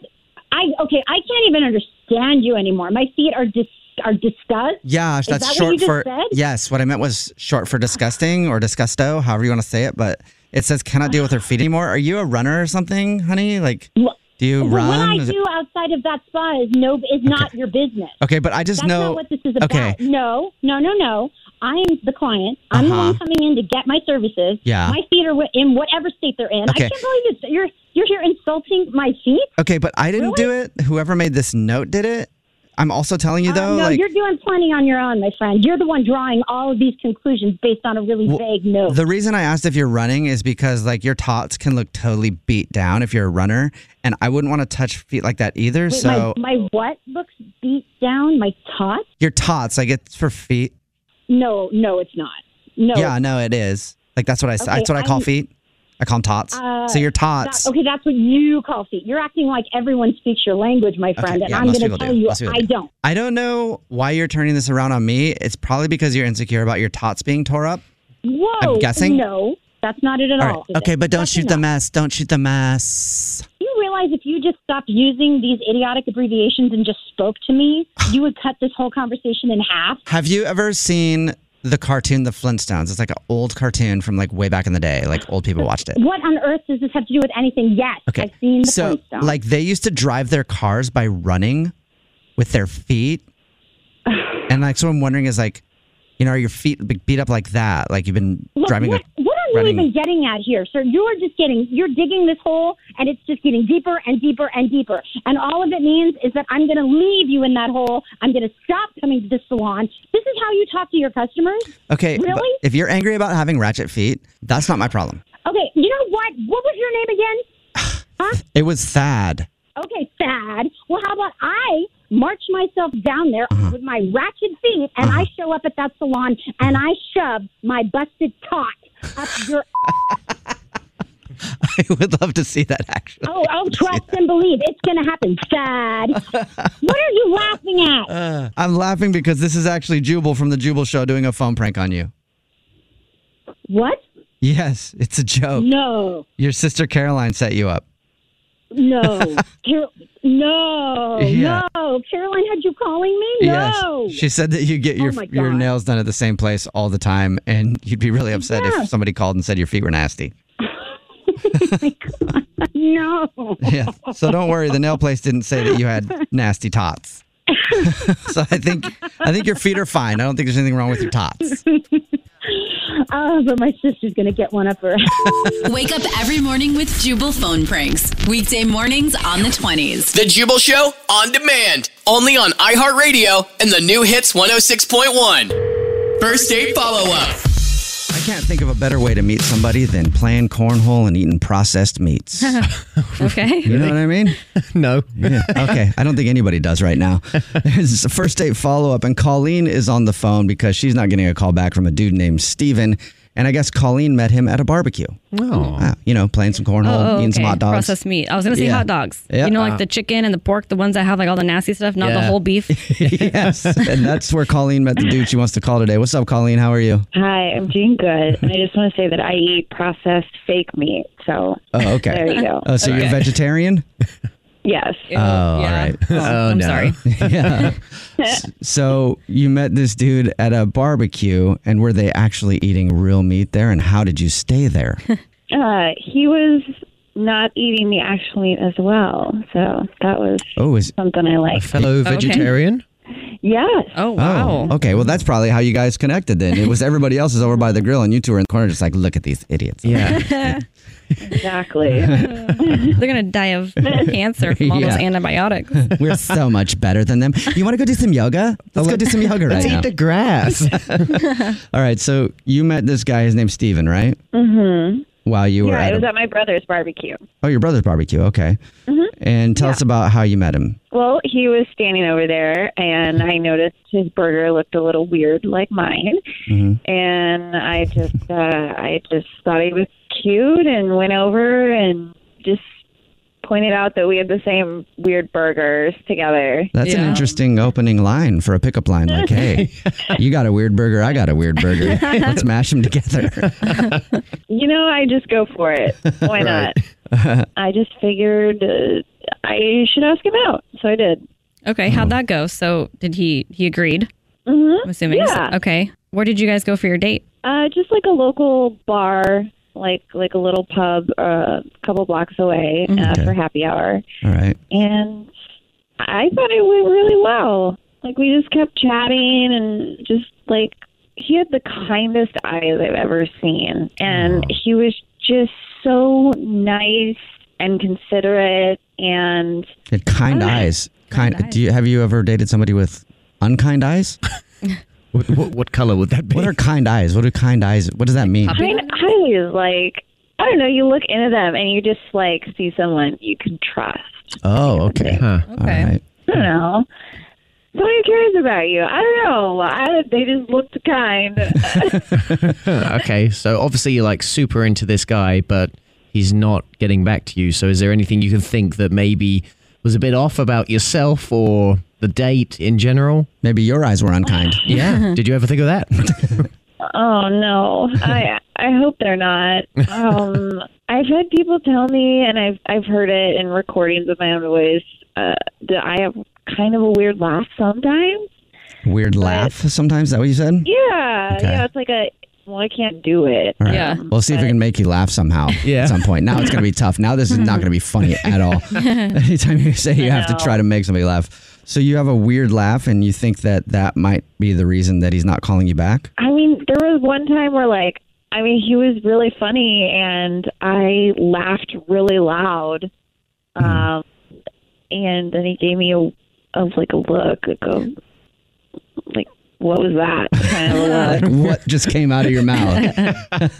Speaker 15: I okay. I can't even understand you anymore. My feet are dis are disgust.
Speaker 4: Yeah,
Speaker 15: Is
Speaker 4: that's
Speaker 15: that
Speaker 4: short
Speaker 15: what you just
Speaker 4: for
Speaker 15: Said?
Speaker 4: yes. What I meant was short for disgusting or disgusto, however you want to say it. But it says cannot deal with her feet anymore. Are you a runner or something, honey? Like, do you
Speaker 15: Well,
Speaker 4: run?
Speaker 15: What I
Speaker 4: Is it-
Speaker 15: do outside of that spa is no is not your business.
Speaker 4: Okay, but I just
Speaker 15: That's
Speaker 4: know.
Speaker 15: not what this is about.
Speaker 4: Okay.
Speaker 15: No, no, no, no. I am the client. I'm the
Speaker 4: Uh-huh.
Speaker 15: one coming in to get my services.
Speaker 4: Yeah.
Speaker 15: My feet are wi- in whatever state they're in.
Speaker 4: Okay.
Speaker 15: I can't believe it's, you're you're here insulting my feet.
Speaker 4: Okay, but I didn't do it. Whoever made this note did it. I'm also telling you though,
Speaker 15: Uh, no,
Speaker 4: Oh, like
Speaker 15: you're doing plenty on your own, my friend. You're the one drawing all of these conclusions based on a really vague note.
Speaker 4: the reason I asked if you're running is because like your tots can look totally beat down if you're a runner, and I wouldn't want to touch feet like that either.
Speaker 15: Wait,
Speaker 4: so
Speaker 15: my, my what looks beat down? My tot?
Speaker 4: your tots, like it's for feet.
Speaker 15: No, no, it's not. No.
Speaker 4: Yeah, no, it is. Like that's what I s-
Speaker 15: Okay,
Speaker 4: that's what I call
Speaker 15: I'm-
Speaker 4: feet. I call them tots.
Speaker 15: Uh,
Speaker 4: so your
Speaker 15: that-
Speaker 4: tots.
Speaker 15: okay, that's what you call feet. You're acting like everyone speaks your language, my
Speaker 4: Okay,
Speaker 15: friend, and
Speaker 4: yeah,
Speaker 15: I'm
Speaker 4: most
Speaker 15: going to
Speaker 4: people do.
Speaker 15: tell you
Speaker 4: Most people
Speaker 15: I
Speaker 4: do.
Speaker 15: don't.
Speaker 4: I don't know why you're turning this around on me. It's probably because you're insecure about your tots being tore up.
Speaker 15: Whoa.
Speaker 4: I'm guessing?
Speaker 15: No, that's not it at
Speaker 4: All
Speaker 15: all.
Speaker 4: right. Okay, but don't shoot the mess. Don't shoot the mess.
Speaker 15: Do you realize if you just stopped using these idiotic abbreviations and just spoke to me, you would cut this whole conversation in half?
Speaker 4: Have you ever seen the cartoon The Flintstones? It's like an old cartoon from like way back in the day. Like old people watched it.
Speaker 15: What on earth does this have to do with anything? Yes,
Speaker 4: Okay.
Speaker 15: I've seen the
Speaker 4: so
Speaker 15: Flintstones.
Speaker 4: like they used to drive their cars by running with their feet. and like so I'm wondering is like, you know, are your feet be- beat up like that? Like you've been
Speaker 15: Look,
Speaker 4: driving
Speaker 15: what,
Speaker 4: a
Speaker 15: what are you
Speaker 4: running-
Speaker 15: even getting at here, sir? You are just getting, you're digging this hole, and it's just getting deeper and deeper and deeper. And all of it means is that I'm going to leave you in that hole. I'm going to stop coming to the salon. This is how you talk to your customers.
Speaker 4: Okay. but
Speaker 15: really?
Speaker 4: If you're angry about having ratchet feet, that's not my problem.
Speaker 15: Okay, you know what? What was your name again?
Speaker 4: It was Thad.
Speaker 15: Okay, sad. Well, how about I march myself down there
Speaker 4: Uh-huh.
Speaker 15: with my ratchet feet, and I show up at that salon, and I shove my busted tot up your
Speaker 4: I would love to see that actually.
Speaker 15: Oh, oh, trust and believe. It's going to happen. Sad. what are you laughing at?
Speaker 4: Uh, I'm laughing because this is actually Jubal from the Jubal Show doing a phone prank on you.
Speaker 15: What?
Speaker 4: Yes, it's a joke.
Speaker 15: No,
Speaker 4: Your sister Caroline set you up.
Speaker 15: no, Car- no,
Speaker 4: Yeah.
Speaker 15: no. Caroline had you calling me? No. Oh
Speaker 4: Yes. She said that you get your
Speaker 15: my
Speaker 4: your
Speaker 15: God.
Speaker 4: nails done at the same place all the time and you'd be really upset
Speaker 15: Yeah.
Speaker 4: if somebody called and said your feet were nasty.
Speaker 15: No.
Speaker 4: Yeah. So don't worry, the nail place didn't say that you had nasty tots. so I think I think your feet are fine. I don't think there's anything wrong with your tots.
Speaker 15: Oh, but my sister's going to get one up her.
Speaker 11: Wake up every morning with Jubal phone pranks. Weekday mornings on the 20s.
Speaker 3: The Jubal Show on demand, only on iHeartRadio and the new hits 106.1. First date follow up.
Speaker 4: I can't think of a better way to meet somebody than playing cornhole and eating processed meats.
Speaker 6: okay.
Speaker 4: You know what I mean?
Speaker 8: no.
Speaker 4: Yeah. Okay. I don't think anybody does right now. It's a first date follow up, and Colleen is on the phone because she's not getting a call back from a dude named Steven. And I guess Colleen met him at a barbecue.
Speaker 8: Oh.
Speaker 4: you know, playing some cornhole,
Speaker 6: Oh,
Speaker 4: eating some hot dogs.
Speaker 6: Processed meat. I was gonna say
Speaker 4: Yeah.
Speaker 6: hot dogs.
Speaker 4: Yeah.
Speaker 6: You know, like
Speaker 4: Uh,
Speaker 6: the chicken and the pork, the ones that have like all the nasty stuff, not the
Speaker 4: Yeah.
Speaker 6: whole beef.
Speaker 4: yes. And that's where Colleen met the dude she wants to call today. What's up, Colleen? How are you?
Speaker 16: Hi, I'm doing good. And I just want to say that I eat processed fake meat. So
Speaker 4: Oh, okay.
Speaker 16: there you go.
Speaker 4: Oh, so you're a vegetarian?
Speaker 16: Yes.
Speaker 4: Oh, all right.
Speaker 16: Oh, I'm no. sorry.
Speaker 4: yeah. S- So you met this dude at a barbecue, and were they actually eating real meat there? And how did you stay there?
Speaker 16: Uh, he was not eating the actual meat as well. So that was
Speaker 4: Oh, is
Speaker 16: something I like.
Speaker 4: fellow Okay. vegetarian?
Speaker 16: Yes. Oh,
Speaker 4: Oh, okay. Well, that's probably how you guys connected then. It was everybody else is over by the grill, and you two are in the corner, just like, look at these idiots. Yeah.
Speaker 16: exactly.
Speaker 6: They're gonna die of cancer from all
Speaker 4: Yeah.
Speaker 6: those antibiotics.
Speaker 4: We're so much better than them. You want to go do some yoga? Let's go do some yoga right
Speaker 8: Let's
Speaker 4: now.
Speaker 8: eat the grass.
Speaker 4: All right. So you met this guy. His name's Steven, right?
Speaker 16: Mm-hmm.
Speaker 4: While you were
Speaker 16: yeah,
Speaker 4: at,
Speaker 16: it was
Speaker 4: a-
Speaker 16: at my brother's barbecue.
Speaker 4: oh your brother's barbecue. Okay.
Speaker 16: Mhm.
Speaker 4: And tell us about how you met him.
Speaker 16: Well, he was standing over there, and I noticed his burger looked a little weird, like mine.
Speaker 4: Mm-hmm.
Speaker 16: and I just uh, I just thought he was cute and went over and just pointed out that we had the same weird burgers together.
Speaker 4: That's an interesting opening line for a pickup line. Like, hey, you got a weird burger. I got a weird burger. Let's mash them together.
Speaker 16: You know, I just go for it. Why not? I just figured uh, I should ask him out, so I did.
Speaker 6: Okay,
Speaker 17: Mm-hmm.
Speaker 6: how'd that go? So did he he agreed?
Speaker 16: Mm-hmm.
Speaker 6: I'm assuming. So-
Speaker 16: Yeah.
Speaker 6: okay. Where did you guys go for your date?
Speaker 16: Uh, just like a local bar, like like a little pub, uh, a couple blocks away uh,
Speaker 4: Mm, Okay.
Speaker 16: for happy hour.
Speaker 4: All right.
Speaker 16: and I thought it went really well. Like we just kept chatting and just like he had the kindest eyes I've ever seen and he was just so nice and considerate and
Speaker 4: You had kind eyes. Kind. do you have you ever dated somebody with unkind eyes? what, what, what color would that be? What are kind eyes? What do kind eyes? What does that mean?
Speaker 16: kind eyes like I don't know, you look into them and you just like see someone you can trust.
Speaker 4: Oh,
Speaker 16: Okay.
Speaker 4: okay. All right.
Speaker 16: I don't know. Someone cares about you. I don't know. I, they just looked kind.
Speaker 8: okay, so obviously you're like super into this guy, but he's not getting back to you. So is there anything you can think that maybe was a bit off about yourself or the date in general?
Speaker 4: Maybe your eyes were unkind.
Speaker 8: Yeah. Did you ever think of that?
Speaker 16: Oh no, I I hope they're not. Um, I've had people tell me, and I've I've heard it in recordings of my own voice uh, that I have kind of a weird laugh sometimes.
Speaker 4: Weird laugh. Sometimes is that what you said?
Speaker 16: Yeah,
Speaker 4: Okay.
Speaker 16: yeah, it's like a well, I can't do it.
Speaker 4: All right.
Speaker 16: Yeah.
Speaker 4: We'll see if we can make you laugh somehow at some point. Now it's going to be tough. Now this is not going to be funny at all. Anytime you say you
Speaker 16: I
Speaker 4: have to
Speaker 16: know.
Speaker 4: try to make somebody laugh. So you have a weird laugh and you think that that might be the reason that he's not calling you back?
Speaker 16: I mean, there was one time where like I mean, he was really funny and I laughed really loud. Um and then he gave me a of like a look, like a, like what was that kind of
Speaker 6: Uh.
Speaker 16: look.
Speaker 4: Like what just came out of your mouth?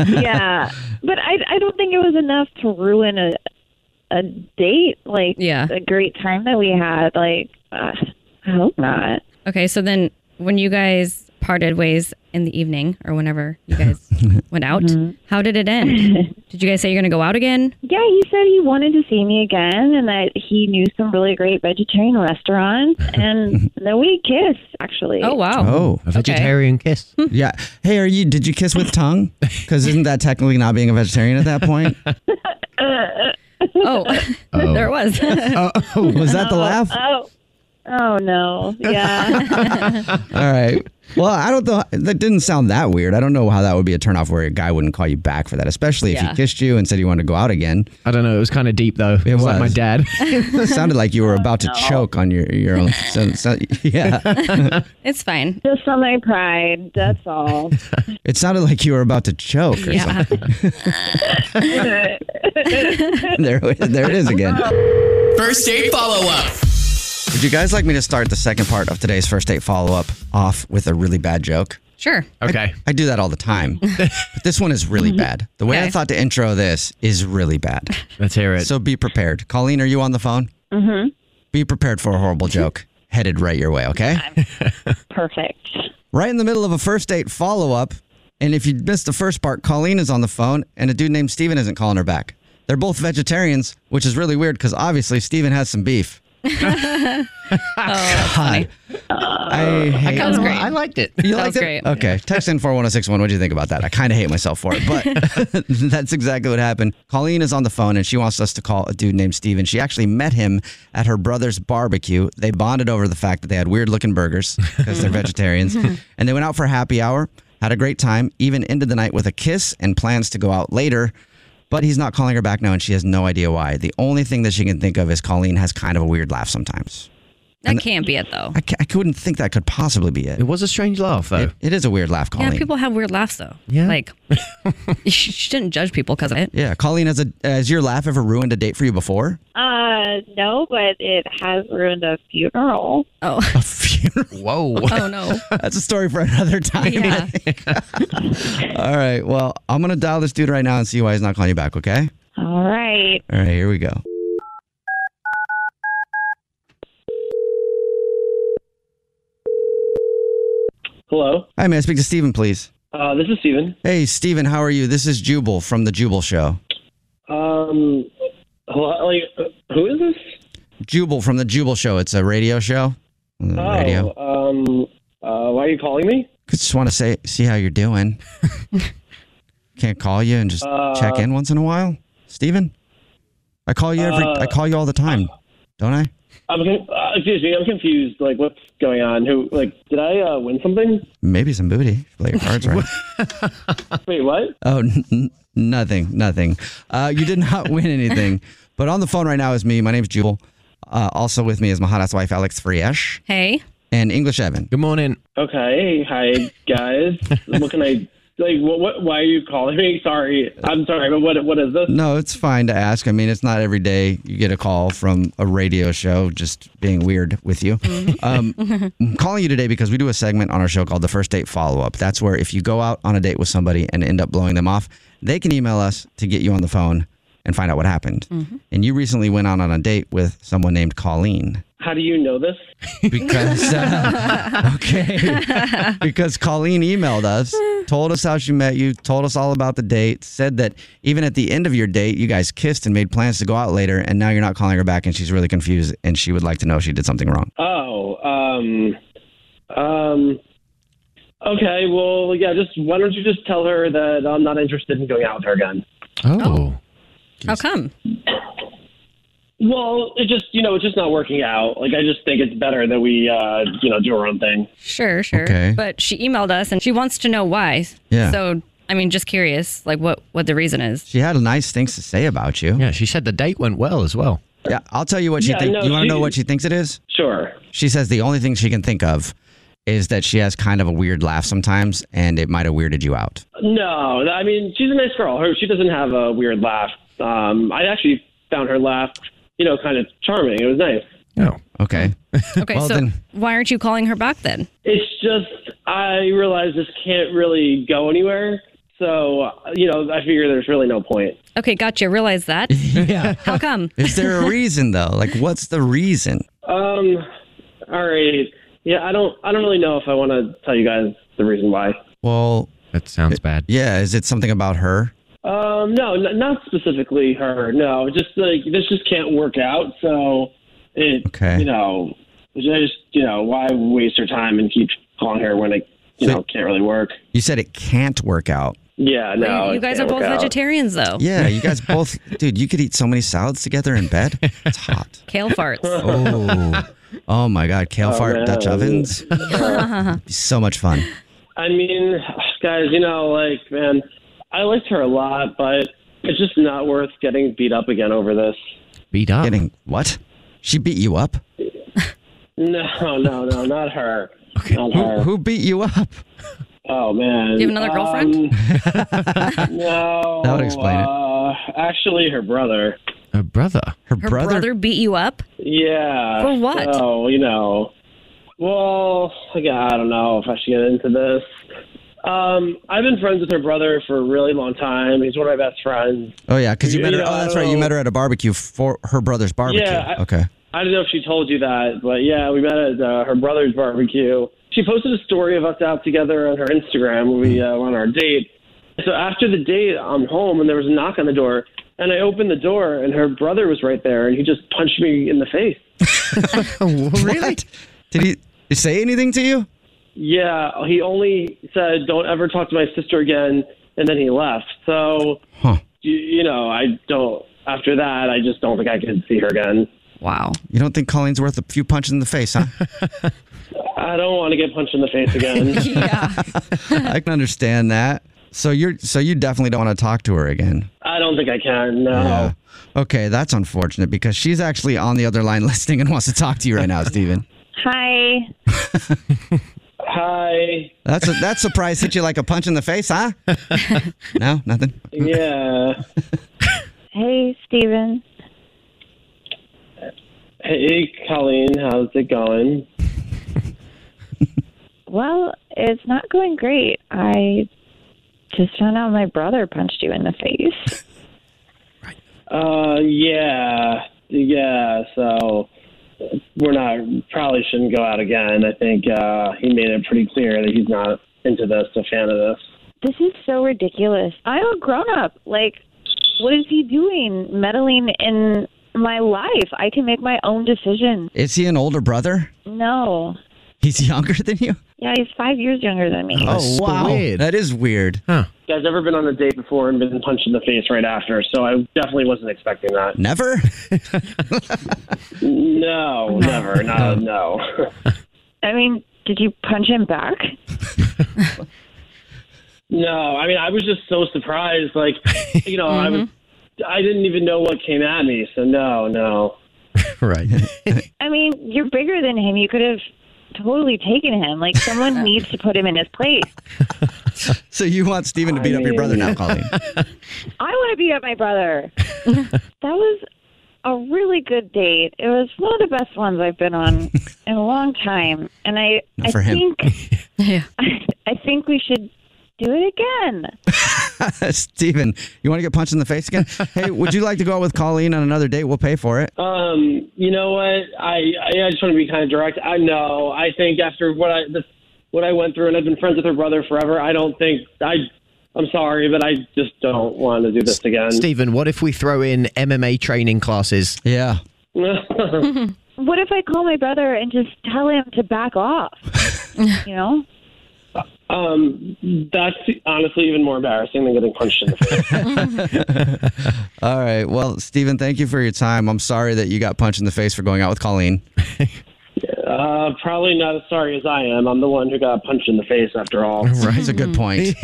Speaker 16: yeah, but I I don't think it was enough to ruin a a date like
Speaker 6: Yeah.
Speaker 16: a great time that we had. Like uh, I hope not.
Speaker 6: Okay, so then when you guys parted ways in the evening or whenever you guys
Speaker 17: Mm-hmm.
Speaker 6: went out, how did it end? did you guys say you're gonna go out again?
Speaker 16: Yeah, he said he wanted to see me again, and that he knew some really great vegetarian restaurants, and then we kissed actually.
Speaker 6: Oh wow.
Speaker 8: a vegetarian kiss.
Speaker 4: yeah. Hey, are you did you kiss with tongue? Cuz isn't that technically not being a vegetarian at that point?
Speaker 16: Uh,
Speaker 6: oh, there it was.
Speaker 4: Oh. was that the laugh?
Speaker 16: Oh, oh no, yeah.
Speaker 4: All right. Well, I don't know. That didn't sound that weird. I don't know how that would be a turnoff where a guy wouldn't call you back for that, especially if
Speaker 8: Yeah.
Speaker 4: he kissed you and said he wanted to go out again.
Speaker 8: I don't know. It was kind of deep though. It, was, like my
Speaker 4: was.
Speaker 8: dad.
Speaker 4: It sounded like you were about to choke on your your own. So, so- yeah,
Speaker 6: it's fine.
Speaker 16: Just on my pride, that's all.
Speaker 4: it sounded like you were about to choke or
Speaker 16: Yeah.
Speaker 4: something. There, there it is again.
Speaker 3: First date follow up.
Speaker 4: Would you guys like me to start the second part of today's first date follow up off with a really bad joke?
Speaker 6: Sure.
Speaker 4: Okay. I, do that all the time. but this one is
Speaker 8: Mm-hmm.
Speaker 4: really bad. The way I
Speaker 6: Okay.
Speaker 4: thought to intro this is really bad.
Speaker 8: Let's hear it.
Speaker 4: So be prepared. Colleen, are you on the phone?
Speaker 16: hmm
Speaker 4: Be prepared for a horrible joke headed right your way, okay?
Speaker 16: Perfect.
Speaker 4: Right in the middle of a first date follow up, And if you missed the first part, Colleen is on the phone, and a dude named Steven isn't calling her back. They're both vegetarians, which is really weird because obviously Steven has some beef.
Speaker 13: Oh,
Speaker 4: God. I hate
Speaker 18: that was great. I
Speaker 4: liked it. You
Speaker 18: That
Speaker 4: liked
Speaker 18: was
Speaker 4: it?
Speaker 18: great.
Speaker 4: Okay. Text in 41061. What do you think about that? I kind of hate myself for it, but that's exactly what happened. Colleen is on the phone and she wants us to call a dude named Steven. She actually met him at her brother's barbecue. They bonded over the fact that they had weird looking burgers because they're vegetarians. and they went out for happy hour, had a great time, even ended the night with a kiss and plans to go out later. But he's not calling her back now, and she has no idea why. The only thing that she can think of is Colleen has kind of a weird laugh sometimes.
Speaker 6: That can't be it though.
Speaker 4: I, c- I couldn't think that could possibly be it. It
Speaker 8: was a strange laugh, though.
Speaker 4: it is a weird laugh, Colleen.
Speaker 6: Yeah, people have weird laughs though.
Speaker 4: Yeah.
Speaker 6: Like you sh- shouldn't judge people because of it.
Speaker 4: Yeah, Colleen, has a has your laugh ever ruined a date for you before?
Speaker 16: Uh, no, but it has ruined a funeral.
Speaker 6: Oh.
Speaker 4: Whoa!
Speaker 16: Oh, no.
Speaker 4: that's a story for another time. I think. All right, well, I'm gonna dial this dude right now and see why he's not calling you back. Okay.
Speaker 16: All right.
Speaker 4: All right, here we go.
Speaker 17: Hello.
Speaker 4: Hi, may I speak to Steven, please?
Speaker 17: Uh, this is Steven.
Speaker 4: Hey, Steven, how are you? This is Jubal from the Jubal Show.
Speaker 17: Um, hello, like, uh, who is this?
Speaker 4: Jubal from the Jubal Show. It's a radio show. on the
Speaker 17: Oh,
Speaker 4: Radio.
Speaker 17: um, uh, why are you calling me?
Speaker 4: Just want to say, see how you're doing. Can't call you and just check
Speaker 17: Uh,
Speaker 4: in once in a while, Steven? I call you every.
Speaker 17: Uh,
Speaker 4: I call you all the time, don't I?
Speaker 17: I'm con- uh, excuse me. I'm confused. Like, what's going on? Who? Like, did I uh, win something?
Speaker 4: Maybe some booty. Play your cards right.
Speaker 17: Wait, what?
Speaker 4: Oh, n- n- nothing, nothing. Uh, you did not win anything. but on the phone right now is me. My name's Jubal. Uh, also with me is my hot ass wife, Alex Friesch,
Speaker 6: Hey.
Speaker 4: and English Evan. Good morning.
Speaker 17: Okay. Hi, guys. what can I? Like, what, what? Why are you calling me? Sorry. I'm sorry, but what? What is this?
Speaker 4: No, it's fine to ask. I mean, it's not every day you get a call from a radio show just being weird with you.
Speaker 12: Mm-hmm.
Speaker 4: Um, I'm calling you today because we do a segment on our show called the First Date Follow Up. That's where if you go out on a date with somebody and end up blowing them off, they can email us to get you on the phone and find out what happened.
Speaker 17: Mhm.
Speaker 4: And you recently went out on a date with someone named Colleen
Speaker 17: How do you know this?
Speaker 4: because uh, okay because Colleen emailed us, told us how she met you, told us all about the date, said that even at the end of your date you guys kissed and made plans to go out later, and now you're not calling her back, and she's really confused, and she would like to know if she did something wrong.
Speaker 17: Oh, um, um, okay. Well, yeah. Just why don't you just tell her that I'm not interested in going out with her again?
Speaker 4: Oh,
Speaker 6: How come?
Speaker 17: Well, it just you know it's just not working out. Like I just think it's better that we uh, you know do our own thing.
Speaker 6: Sure, sure.
Speaker 17: Okay.
Speaker 6: But she emailed us and she wants to know why.
Speaker 17: Yeah.
Speaker 6: So I mean, just curious, like what what the reason is.
Speaker 4: she had nice things to say about you. Yeah,
Speaker 18: she said the date went well as well.
Speaker 4: Yeah, I'll tell you what she
Speaker 18: Yeah,
Speaker 4: thinks.
Speaker 18: no,
Speaker 4: you want to
Speaker 18: she-
Speaker 4: know what she thinks it is?
Speaker 17: Sure.
Speaker 4: She says the only thing she can think of is that she has kind of a weird laugh sometimes, and it might have weirded you out.
Speaker 17: No, I mean she's a nice girl. Her she doesn't have a weird laugh. Um, I actually found her laugh you know kind of charming. It was nice.
Speaker 4: Okay.
Speaker 6: Okay,
Speaker 17: Well,
Speaker 6: so
Speaker 17: then-
Speaker 6: why aren't you calling her back then?
Speaker 17: It's just I realize this can't really go anywhere. So you know I figure there's really no point.
Speaker 6: Okay, gotcha. Realize that.
Speaker 4: yeah.
Speaker 6: How come?
Speaker 4: Is there a reason though? Like, what's the reason?
Speaker 17: Um, all right. Yeah, I don't I don't really know if I want to tell you guys the reason why.
Speaker 4: Well,
Speaker 18: that sounds bad.
Speaker 4: Yeah, is it something about her?
Speaker 17: Um, no, n- not specifically her. No, just like this just can't work out. So it,
Speaker 4: Okay.
Speaker 17: you know, just you know, why waste her time and keep calling her when it, you know, can't really work.
Speaker 4: You said it can't work out.
Speaker 17: Yeah, no.
Speaker 6: you
Speaker 17: it
Speaker 6: guys are
Speaker 17: can't
Speaker 6: both
Speaker 17: work out.
Speaker 6: vegetarians though.
Speaker 4: Yeah, you guys both, dude. You could eat so many salads together in bed. It's hot.
Speaker 6: Kale farts.
Speaker 4: Oh, oh my God, kale
Speaker 17: Oh,
Speaker 4: fart
Speaker 17: man.
Speaker 4: Dutch ovens. Be so much fun.
Speaker 17: I mean, guys, you know, like man, I liked her a lot, but it's just not worth getting beat up again over this.
Speaker 4: Beat up. Getting what? She beat you up.
Speaker 17: No, no, no, not her. Not
Speaker 4: Who,
Speaker 17: her.
Speaker 4: who beat you up?
Speaker 17: Oh man.
Speaker 6: Do you have another girlfriend?
Speaker 17: girlfriend? no.
Speaker 4: That would explain it.
Speaker 17: uh, Actually, her brother.
Speaker 18: Her brother.
Speaker 4: Her,
Speaker 6: Her brother, beat you up?
Speaker 17: Yeah.
Speaker 6: For what?
Speaker 17: So, you know. Well, like, I don't know if I should get into this. Um, I've been friends with her brother for a really long time. He's one of my best friends.
Speaker 4: Oh yeah, because you met her.
Speaker 17: Yeah,
Speaker 4: Oh, that's right. You met her at a barbecue for her brother's barbecue.
Speaker 17: Yeah, I-
Speaker 4: okay.
Speaker 17: I don't know if she told you that, but yeah, we met at uh, her brother's barbecue. She posted a story of us out together on her Instagram when
Speaker 4: Hmm.
Speaker 17: we uh, went on our date. So after the date, I'm home and there was a knock on the door. And I opened the door and her brother was right there and he just punched me in the face.
Speaker 4: really? Did he say anything to you?
Speaker 17: Yeah, he only said, "Don't ever talk to my sister again," and then he left. So, you, you know, I don't. After that, I just don't think I could see her again.
Speaker 6: Wow.
Speaker 4: You don't think Colleen's worth a few punches in the face, huh?
Speaker 17: I don't want to get punched in the face again.
Speaker 4: I can understand that. So you're so you definitely don't want to talk to her again.
Speaker 17: I don't think I can. No.
Speaker 4: Yeah. Okay, that's unfortunate because she's actually on the other line listening and wants to talk to you right now, Steven.
Speaker 16: Hi.
Speaker 17: Hi.
Speaker 4: That's a, that surprise hit you like a punch in the face, huh? no, nothing.
Speaker 17: Yeah.
Speaker 16: Hey, Steven.
Speaker 17: Hey, Colleen, how's it going?
Speaker 16: Well, it's not going great. I just found out my brother punched you in the face.
Speaker 17: Uh, yeah, yeah. So we're not probably shouldn't go out again. I think uh, he made it pretty clear that he's not into this, a fan of this.
Speaker 16: This is so ridiculous. I'm a grown up. Like, what is he doing meddling in my life? I can make my own decisions.
Speaker 4: Is he an older brother?
Speaker 16: No.
Speaker 4: He's younger than you.
Speaker 16: Yeah, he's five years younger than me.
Speaker 4: that is weird. Huh?
Speaker 17: You guys ever been on a date before and been punched in the face right after? So I definitely wasn't expecting that.
Speaker 4: Never.
Speaker 17: No, never. No, no.
Speaker 16: I mean, did you punch him back?
Speaker 17: No, I mean I was just so surprised. Like, you know, I was,
Speaker 4: Mm-hmm.
Speaker 17: I didn't even know what came at me. So no, no.
Speaker 4: right.
Speaker 16: I mean, you're bigger than him. You could have totally taken him. Like, someone needs to put him in his place.
Speaker 4: So you want Steven to beat up your brother now, Colleen?
Speaker 16: I want to beat up my brother. that was a really good date. It was one of the best ones I've been on in a long time, and I
Speaker 4: Not for
Speaker 16: I
Speaker 4: him.
Speaker 16: think I, I think we should do it again.
Speaker 4: Steven, you want to get punched in the face again? Hey, would you like to go out with Colleen on another date? We'll pay for it.
Speaker 17: Um, you know what? I I, I just want to be kind of direct. I know. I think after what I this, what I went through, and I've been friends with her brother forever. I don't think I. I'm sorry, but I just don't want to do this again.
Speaker 8: Stephen, what if we throw in MMA training classes?
Speaker 4: Yeah.
Speaker 16: what if I call my brother and just tell him to back off? you know,
Speaker 17: Um, that's honestly even more embarrassing than getting punched in the face.
Speaker 4: All right. Well, Steven, thank you for your time. I'm sorry that you got punched in the face for going out with Colleen.
Speaker 17: uh, probably not as sorry as I am. I'm the one who got punched in the face after all.
Speaker 4: That's a good point.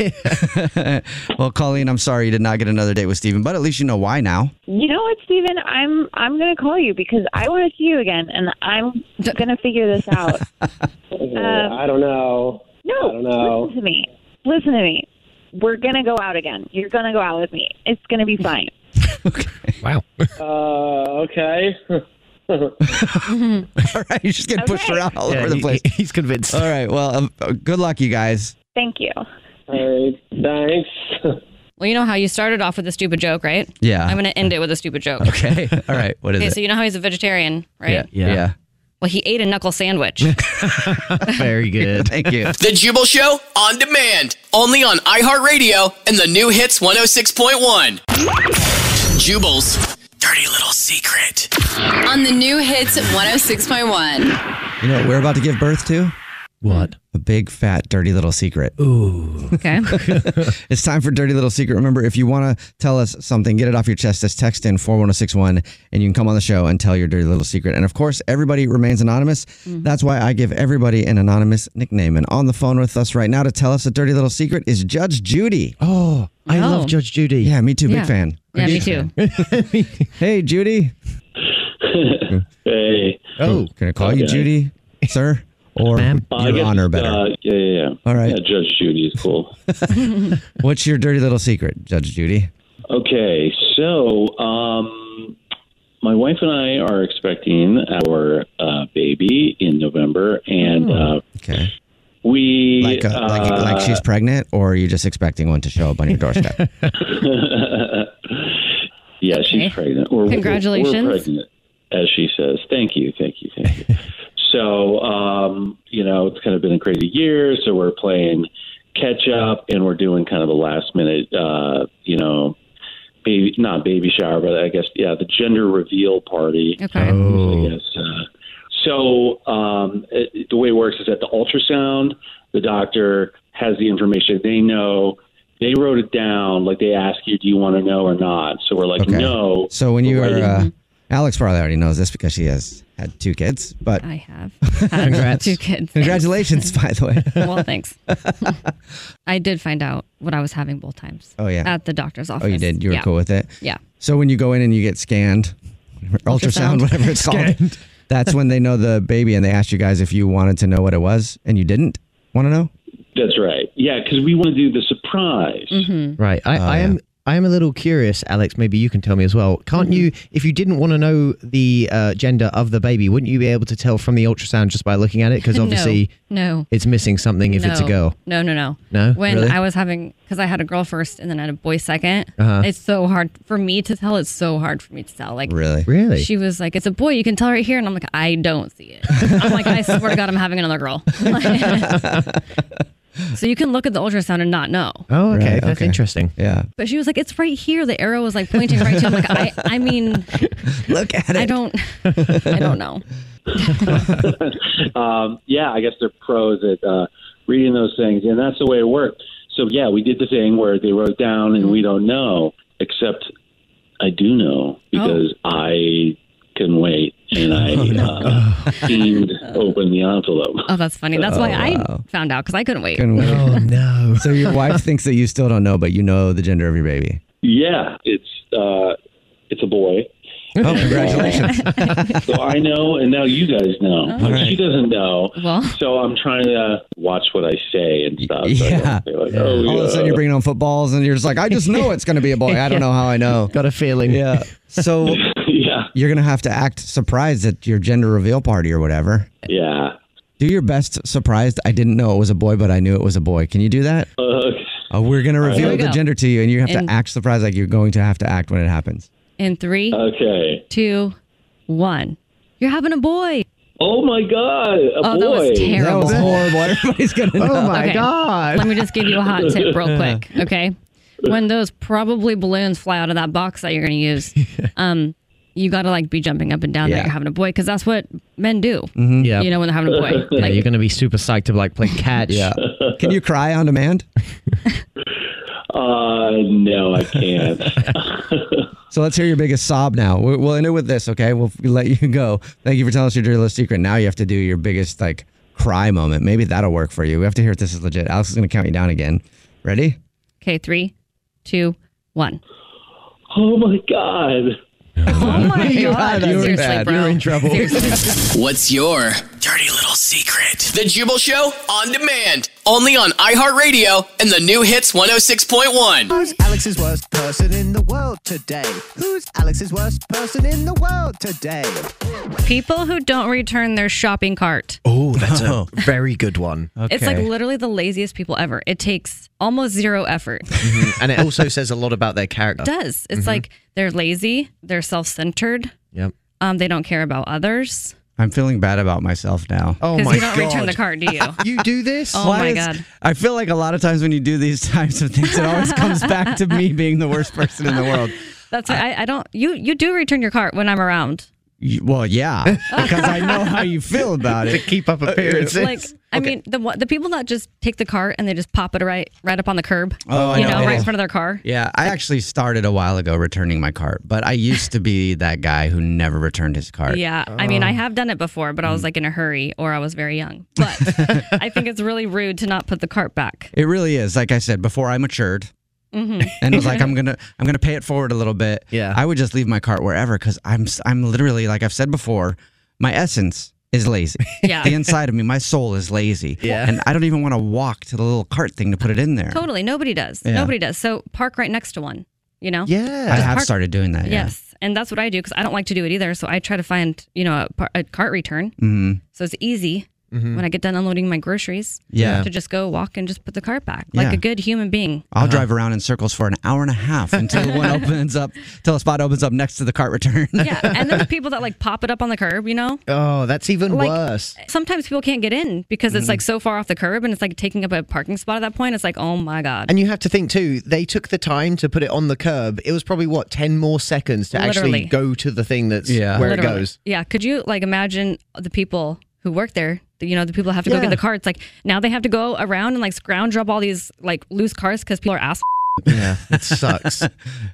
Speaker 4: well, Colleen, I'm sorry you did not get another date with Steven, but at least you know why now.
Speaker 16: you know what, Steven? I'm I'm gonna call you because I want to see you again, and I'm gonna figure this out.
Speaker 17: Yeah, I don't know.
Speaker 16: Um, No,
Speaker 17: I don't know.
Speaker 16: listen to me. Listen to me. We're gonna go out again. You're gonna go out with me. It's gonna be fine.
Speaker 17: Uh, okay.
Speaker 4: All right. You're just getting pushed
Speaker 16: Okay.
Speaker 4: around all
Speaker 17: Yeah,
Speaker 4: over the
Speaker 17: he-
Speaker 4: place. he's convinced. All right. Well, um, uh, good luck, you guys.
Speaker 16: Thank you.
Speaker 17: All right. Thanks.
Speaker 6: Well, you know how you started off with a stupid joke, right?
Speaker 4: Yeah.
Speaker 6: I'm going to end it with a stupid joke.
Speaker 4: Okay. All right. What is
Speaker 6: Okay,
Speaker 4: it?
Speaker 6: so you know how he's a vegetarian, right?
Speaker 4: Yeah. yeah.
Speaker 6: Well, he ate a knuckle sandwich.
Speaker 8: Very good.
Speaker 4: Thank you.
Speaker 3: The Jubal Show on demand, only on iHeartRadio and the new hits 106.1. Jubal's Dirty Little Secret.
Speaker 11: On the new hits 106.1.
Speaker 4: You know what we're about to give birth to? What? A big, fat, dirty little secret. Ooh.
Speaker 6: Okay.
Speaker 4: it's time for Dirty Little Secret. Remember, if you want to tell us something, get it off your chest. Just text in 41061 and you can come on the show and tell your dirty little secret. And of course, everybody remains anonymous.
Speaker 6: Mm-hmm.
Speaker 4: That's why I give everybody an anonymous nickname. And on the phone with us right now to tell us a dirty little secret is Judge Judy. Oh,
Speaker 8: I love Oh. Judge
Speaker 4: Judy. Yeah, me too.
Speaker 8: Yeah.
Speaker 4: Big fan.
Speaker 6: Yeah, me too.
Speaker 4: Hey, Judy.
Speaker 19: Hey.
Speaker 4: Oh. Can I call you
Speaker 19: Okay.
Speaker 4: Judy, sir? Or
Speaker 19: Uh, I
Speaker 4: Your
Speaker 19: guess,
Speaker 4: Honor better?
Speaker 19: Uh, yeah, yeah, yeah.
Speaker 4: All right.
Speaker 19: Yeah, Judge Judy is cool.
Speaker 4: What's your dirty little secret, Judge Judy?
Speaker 19: okay, so um, my wife and I are expecting our uh, baby in November, and uh,
Speaker 4: Oh, okay.
Speaker 19: we
Speaker 4: Like, uh, like, like she's pregnant, or are you just expecting one to show up on your doorstep?
Speaker 19: yeah, she's pregnant. We're, we're-
Speaker 6: Congratulations.
Speaker 19: We're pregnant, as she says. Thank you, thank you, thank you. So, um, you know, it's kind of been a crazy year. So we're playing catch up and we're doing kind of a last minute, uh, you know, baby, not baby shower, but I guess, yeah, the gender reveal party.
Speaker 6: Okay.
Speaker 19: I guess. Uh, so um, it, the way it works is that the ultrasound, the doctor has the information they know. They wrote it down, like they ask you, "Do you want to know or not?" So we're like,
Speaker 4: Okay.
Speaker 19: "No."
Speaker 4: So when you
Speaker 19: But
Speaker 4: were,
Speaker 19: wait.
Speaker 4: uh, Alex probably already knows this because she has had two kids, but
Speaker 6: I have.
Speaker 4: Congrats.
Speaker 6: Two kids.
Speaker 4: Congratulations, by the way.
Speaker 6: well, thanks. I did find out what I was having both times.
Speaker 4: Oh, yeah.
Speaker 6: At the doctor's office.
Speaker 4: Oh, you did. You were
Speaker 6: Yeah.
Speaker 4: cool with it.
Speaker 6: Yeah.
Speaker 4: So when you go in and you get scanned, ultrasound,
Speaker 6: Ultrasound.
Speaker 4: whatever it's called,
Speaker 6: Scanned.
Speaker 4: that's when they know the baby and they asked you guys if you wanted to know what it was and you didn't want to know.
Speaker 19: That's right. Yeah, because we want to do the surprise.
Speaker 8: Right.
Speaker 6: Oh,
Speaker 8: I, I am. I am a little curious, Alex. Maybe you can tell me as well.
Speaker 6: Mm-hmm.
Speaker 8: Can't you, if you didn't want to know the uh, gender of the baby, wouldn't you be able to tell from the ultrasound just by looking at it? Because
Speaker 6: No.
Speaker 8: obviously,
Speaker 6: No.
Speaker 8: it's missing something if it's a
Speaker 6: No.
Speaker 8: girl.
Speaker 6: No, no, no.
Speaker 8: No?
Speaker 6: When
Speaker 8: Really?
Speaker 6: I was having, because I had a girl first and then I had a boy 2nd
Speaker 8: Uh-huh.
Speaker 6: It's so hard for me to tell. It's so hard for me to tell. Like,
Speaker 4: Really?
Speaker 8: Really?
Speaker 6: She was like, it's a boy. You can tell right here. And I'm like, I don't see it. I'm like, I swear to God, I'm having another girl. so you can look at the ultrasound and not know.
Speaker 8: Oh, okay.
Speaker 4: Right,
Speaker 8: That's
Speaker 4: okay.
Speaker 8: interesting.
Speaker 4: Yeah.
Speaker 6: But she was like, it's right here. The arrow was like pointing right to him. Like, I, I mean,
Speaker 4: look at it.
Speaker 6: I don't, I don't know.
Speaker 19: um, yeah, I guess they're pros at uh, reading those things, and that's the way it worked. So yeah, we did the thing where they wrote down, and
Speaker 4: Mm-hmm.
Speaker 19: we don't know, except I do know because
Speaker 4: Oh.
Speaker 19: I couldn't wait, and I uh, seemed open the envelope.
Speaker 6: Oh, that's funny. That's why
Speaker 4: Oh,
Speaker 6: I found out because I couldn't wait.
Speaker 4: Couldn't wait. Oh,
Speaker 8: no.
Speaker 4: So your wife thinks that you still don't know, but you know the gender of your baby.
Speaker 19: Yeah, it's uh, it's a boy. uh,
Speaker 4: Oh, congratulations.
Speaker 19: so I know, and now you guys know.
Speaker 4: All right.
Speaker 19: She doesn't know.
Speaker 6: Well.
Speaker 19: So I'm trying to watch what I say and stuff. So I don't
Speaker 4: Yeah.
Speaker 19: say like, oh,
Speaker 4: All of a
Speaker 19: yeah.
Speaker 4: sudden you're bringing home footballs and you're just like, I just know it's going to be a boy. I don't know how I know.
Speaker 8: Got a feeling.
Speaker 4: Yeah. So
Speaker 19: yeah.
Speaker 4: you're going to have to act surprised at your gender reveal party or whatever.
Speaker 19: Yeah.
Speaker 4: Do your best surprised. I didn't know it was a boy, but I knew it was a boy. Can you do that?
Speaker 19: Uh,
Speaker 4: Uh, we're going to
Speaker 19: All right.
Speaker 6: Here
Speaker 4: reveal
Speaker 6: we
Speaker 4: the
Speaker 6: go.
Speaker 4: gender to you and you have
Speaker 6: And-
Speaker 4: to act surprised like you're going to have to act when it happens.
Speaker 6: In three,
Speaker 19: Okay.
Speaker 6: two, one. You're having a boy.
Speaker 19: Oh my God, a
Speaker 6: Oh,
Speaker 19: boy.
Speaker 6: that was terrible.
Speaker 4: That was horrible. Everybody's going to
Speaker 3: Oh
Speaker 4: know.
Speaker 6: Okay, Let me just give you a hot tip real quick, okay? When those probably balloons fly out of that box that you're going to use, um, you got to like be jumping up and down
Speaker 8: Yeah.
Speaker 6: that you're having a boy because that's what men do.
Speaker 3: Mm-hmm.
Speaker 8: Yeah.
Speaker 6: Mm-hmm. You know when they're having a boy,
Speaker 8: Yeah,
Speaker 6: like
Speaker 8: you're going to be super psyched to like play catch.
Speaker 4: Yeah. Can you cry on demand?
Speaker 19: Uh, no, I can't.
Speaker 4: So let's hear your biggest sob now. We- We'll end it with this, okay? We'll let you go. Thank you for telling us your dirty little secret. Now you have to do your biggest like cry moment. Maybe that'll work for you. We have to hear if this is legit. Alex is gonna count you down again. Ready?
Speaker 6: okay, three, two, one.
Speaker 19: Oh my god.
Speaker 6: Oh my
Speaker 3: You
Speaker 6: god.
Speaker 3: are- you are
Speaker 6: Seriously,
Speaker 3: bad.
Speaker 6: bro.
Speaker 3: You're in trouble.
Speaker 6: Seriously.
Speaker 3: What's your dirty little secret? The Jubal Show on demand, only on iHeartRadio and the new hits 106.1.
Speaker 20: Who's Alex's worst person in the world today? Who's Alex's worst person in the world today?
Speaker 6: People who don't return their shopping cart.
Speaker 8: Oh, that's a very good one.
Speaker 6: It's like literally the laziest people ever. It takes almost zero effort.
Speaker 8: Mhm. and it also says a lot about their character.
Speaker 6: It does. It's
Speaker 8: Mhm.
Speaker 4: Mm-hmm.
Speaker 6: like they're lazy, they're self centered,
Speaker 8: Yep.
Speaker 6: um, they don't care about others.
Speaker 4: I'm feeling bad about myself now.
Speaker 8: Oh
Speaker 6: Because you don't return the card, do you?
Speaker 8: you do this?
Speaker 6: Oh
Speaker 4: Why
Speaker 6: my
Speaker 4: is-
Speaker 6: god.
Speaker 4: I feel like a lot of times when you do these types of things, it always comes back to me being the worst person in the world.
Speaker 6: That's why I, I don't you you do return your cart when I'm around.
Speaker 4: You- well, yeah, because I know how you feel about it. Uh,
Speaker 8: To keep up appearances.
Speaker 6: Like I mean the one- the people that just take the cart and they just pop it right right up on the curb.
Speaker 4: Oh, I
Speaker 6: you
Speaker 4: know.
Speaker 6: know, right
Speaker 4: Oh.
Speaker 6: in front of their car.
Speaker 4: Yeah, I actually started a while ago returning my cart, but I used to be that guy who never returned his cart.
Speaker 6: Yeah, I
Speaker 4: Oh.
Speaker 6: mean, I have done it before, but I
Speaker 4: Mm.
Speaker 6: was like in a hurry or I was very young. But I think it's really rude to not put the cart back.
Speaker 4: It really is. Like I said before, I matured
Speaker 6: hmm
Speaker 4: and was like, I'm gonna, I'm gonna pay it forward a little bit. Yeah. I would just leave my cart wherever because I'm, s- I'm literally like I've said before, my essence is lazy.
Speaker 6: Yeah.
Speaker 4: The inside of me, my soul is lazy.
Speaker 6: Yeah.
Speaker 4: And I don't even want to walk to the little cart thing to put it in there.
Speaker 6: Totally. Nobody does.
Speaker 4: Yeah.
Speaker 6: Nobody does. So park right next to one, you know?
Speaker 4: Yeah. I
Speaker 6: Just
Speaker 4: have
Speaker 6: park-
Speaker 4: started doing that. Yeah.
Speaker 6: Yes. And that's what I do because I don't like to do it either. So I try to find, you know, a, par- a cart return.
Speaker 4: Mhm.
Speaker 6: So it's easy. when I get done unloading my groceries.
Speaker 4: Yeah.
Speaker 6: To just go walk and just put the cart back
Speaker 4: Yeah.
Speaker 6: like a good human being.
Speaker 4: I'll
Speaker 8: Uh-huh.
Speaker 4: drive around in circles for an hour and a half until one opens up, till a spot opens up next to the cart return.
Speaker 6: Yeah. And then the people that like pop it up on the curb, you know?
Speaker 8: Oh, that's even
Speaker 6: Like-
Speaker 8: worse.
Speaker 6: Sometimes people can't get in because it's
Speaker 4: Mm-hmm.
Speaker 8: Mhm.
Speaker 6: like so far off the curb and it's like taking up a parking spot at that point. It's like, oh my God.
Speaker 8: And you have to think too, they took the time to put it on the curb. It was probably what, 10 more seconds to
Speaker 6: Literally.
Speaker 8: actually go to the thing that's
Speaker 4: Yeah.
Speaker 8: where
Speaker 6: Literally.
Speaker 8: it goes.
Speaker 6: Yeah. Could you like imagine the people who work there? the- You know, the people who have to go
Speaker 8: Yeah.
Speaker 6: get the carts. Like now they have to go around and like scrounge up all these like loose carts because people are assholes.
Speaker 8: Yeah, it sucks.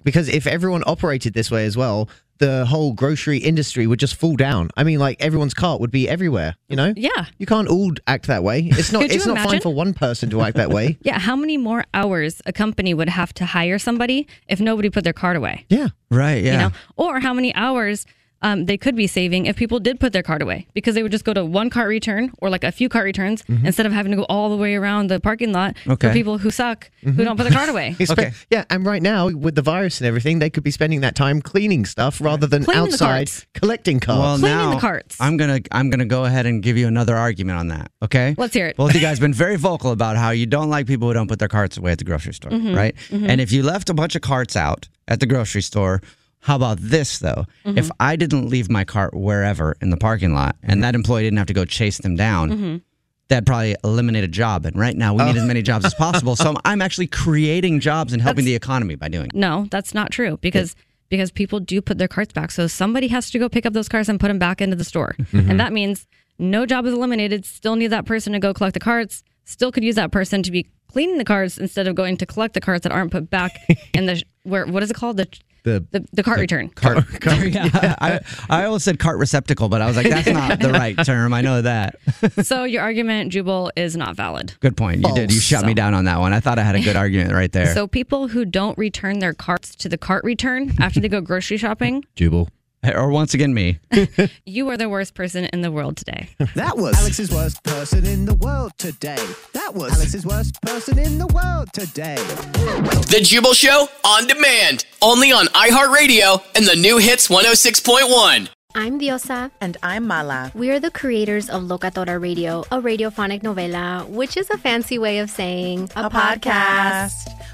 Speaker 8: because if everyone operated this way as well, the whole grocery industry would just fall down. I mean, like everyone's cart would be everywhere, you know?
Speaker 6: Yeah.
Speaker 8: You can't all act that way. It's not
Speaker 6: Could you
Speaker 8: it's not fine
Speaker 6: imagine?
Speaker 8: for one person to act that way.
Speaker 6: Yeah. How many more hours a company would have to hire somebody if nobody put their cart away?
Speaker 8: Yeah.
Speaker 4: Right. Yeah.
Speaker 6: You know, or how many hours um, they could be saving if people did put their cart away because they would just go to one cart return or like a few cart returns
Speaker 8: Mhm.
Speaker 6: instead of having to go all the way around the parking lot
Speaker 8: Okay.
Speaker 6: for people who suck who
Speaker 8: Mhm.
Speaker 6: don't put their cart away.
Speaker 8: They spend- Yeah, and right now with the virus and everything, they could be spending that time cleaning stuff rather than
Speaker 6: Cleaning the
Speaker 8: outside
Speaker 6: carts.
Speaker 8: collecting carts.
Speaker 4: Well, now I'm gonna I'm gonna go ahead and give you another argument on that. Okay.
Speaker 6: Let's hear it.
Speaker 4: Both you guys been very vocal about how you don't like people who don't put their carts away at the grocery store,
Speaker 6: Mhm,
Speaker 4: right?
Speaker 6: mhm.
Speaker 4: And if you left a bunch of carts out at the grocery store, how about this though? If
Speaker 6: Mhm.
Speaker 4: I didn't leave my cart wherever in the parking lot,
Speaker 6: Mm-hmm.
Speaker 4: and that employee didn't have to go chase them down.
Speaker 6: Mhm.
Speaker 4: That'd probably eliminate a job. And right now, we need
Speaker 6: Oh.
Speaker 4: as many jobs as possible. So I'm, I'm actually creating jobs and helping
Speaker 6: That's-
Speaker 4: the economy by doing it.
Speaker 6: No, that's not true because because people do put their carts back. So somebody has to go pick up those carts and put them back into the store.
Speaker 4: Mhm.
Speaker 6: And that means no job is eliminated. Still need that person to go collect the carts. Still could use that person to be cleaning the carts instead of going to collect the carts that aren't put back in the where what is it called the
Speaker 8: the
Speaker 6: the, the cart
Speaker 4: the
Speaker 6: return.
Speaker 4: Oh, Cart, yeah. I, I almost said cart receptacle, but I was like, that's not the right term. I know that.
Speaker 6: so your argument, Jubal, is not valid.
Speaker 4: Good point. You did. You shut me down on that one. I thought I had a good argument right there.
Speaker 6: So people who don't return their carts to the cart return after they go grocery shopping,
Speaker 4: Jubal. Or once again, me.
Speaker 6: you are the worst person in the world today.
Speaker 20: That was Alex's worst person in the world today. That was Alex's worst person in the world today.
Speaker 3: The Jubal Show on demand, only on iHeartRadio and the new hits 106.1.
Speaker 21: I'm Diosa.
Speaker 22: And I'm Mala.
Speaker 21: We are the creators of Locatora Radio, a radiophonic novela, which is a fancy way of saying a,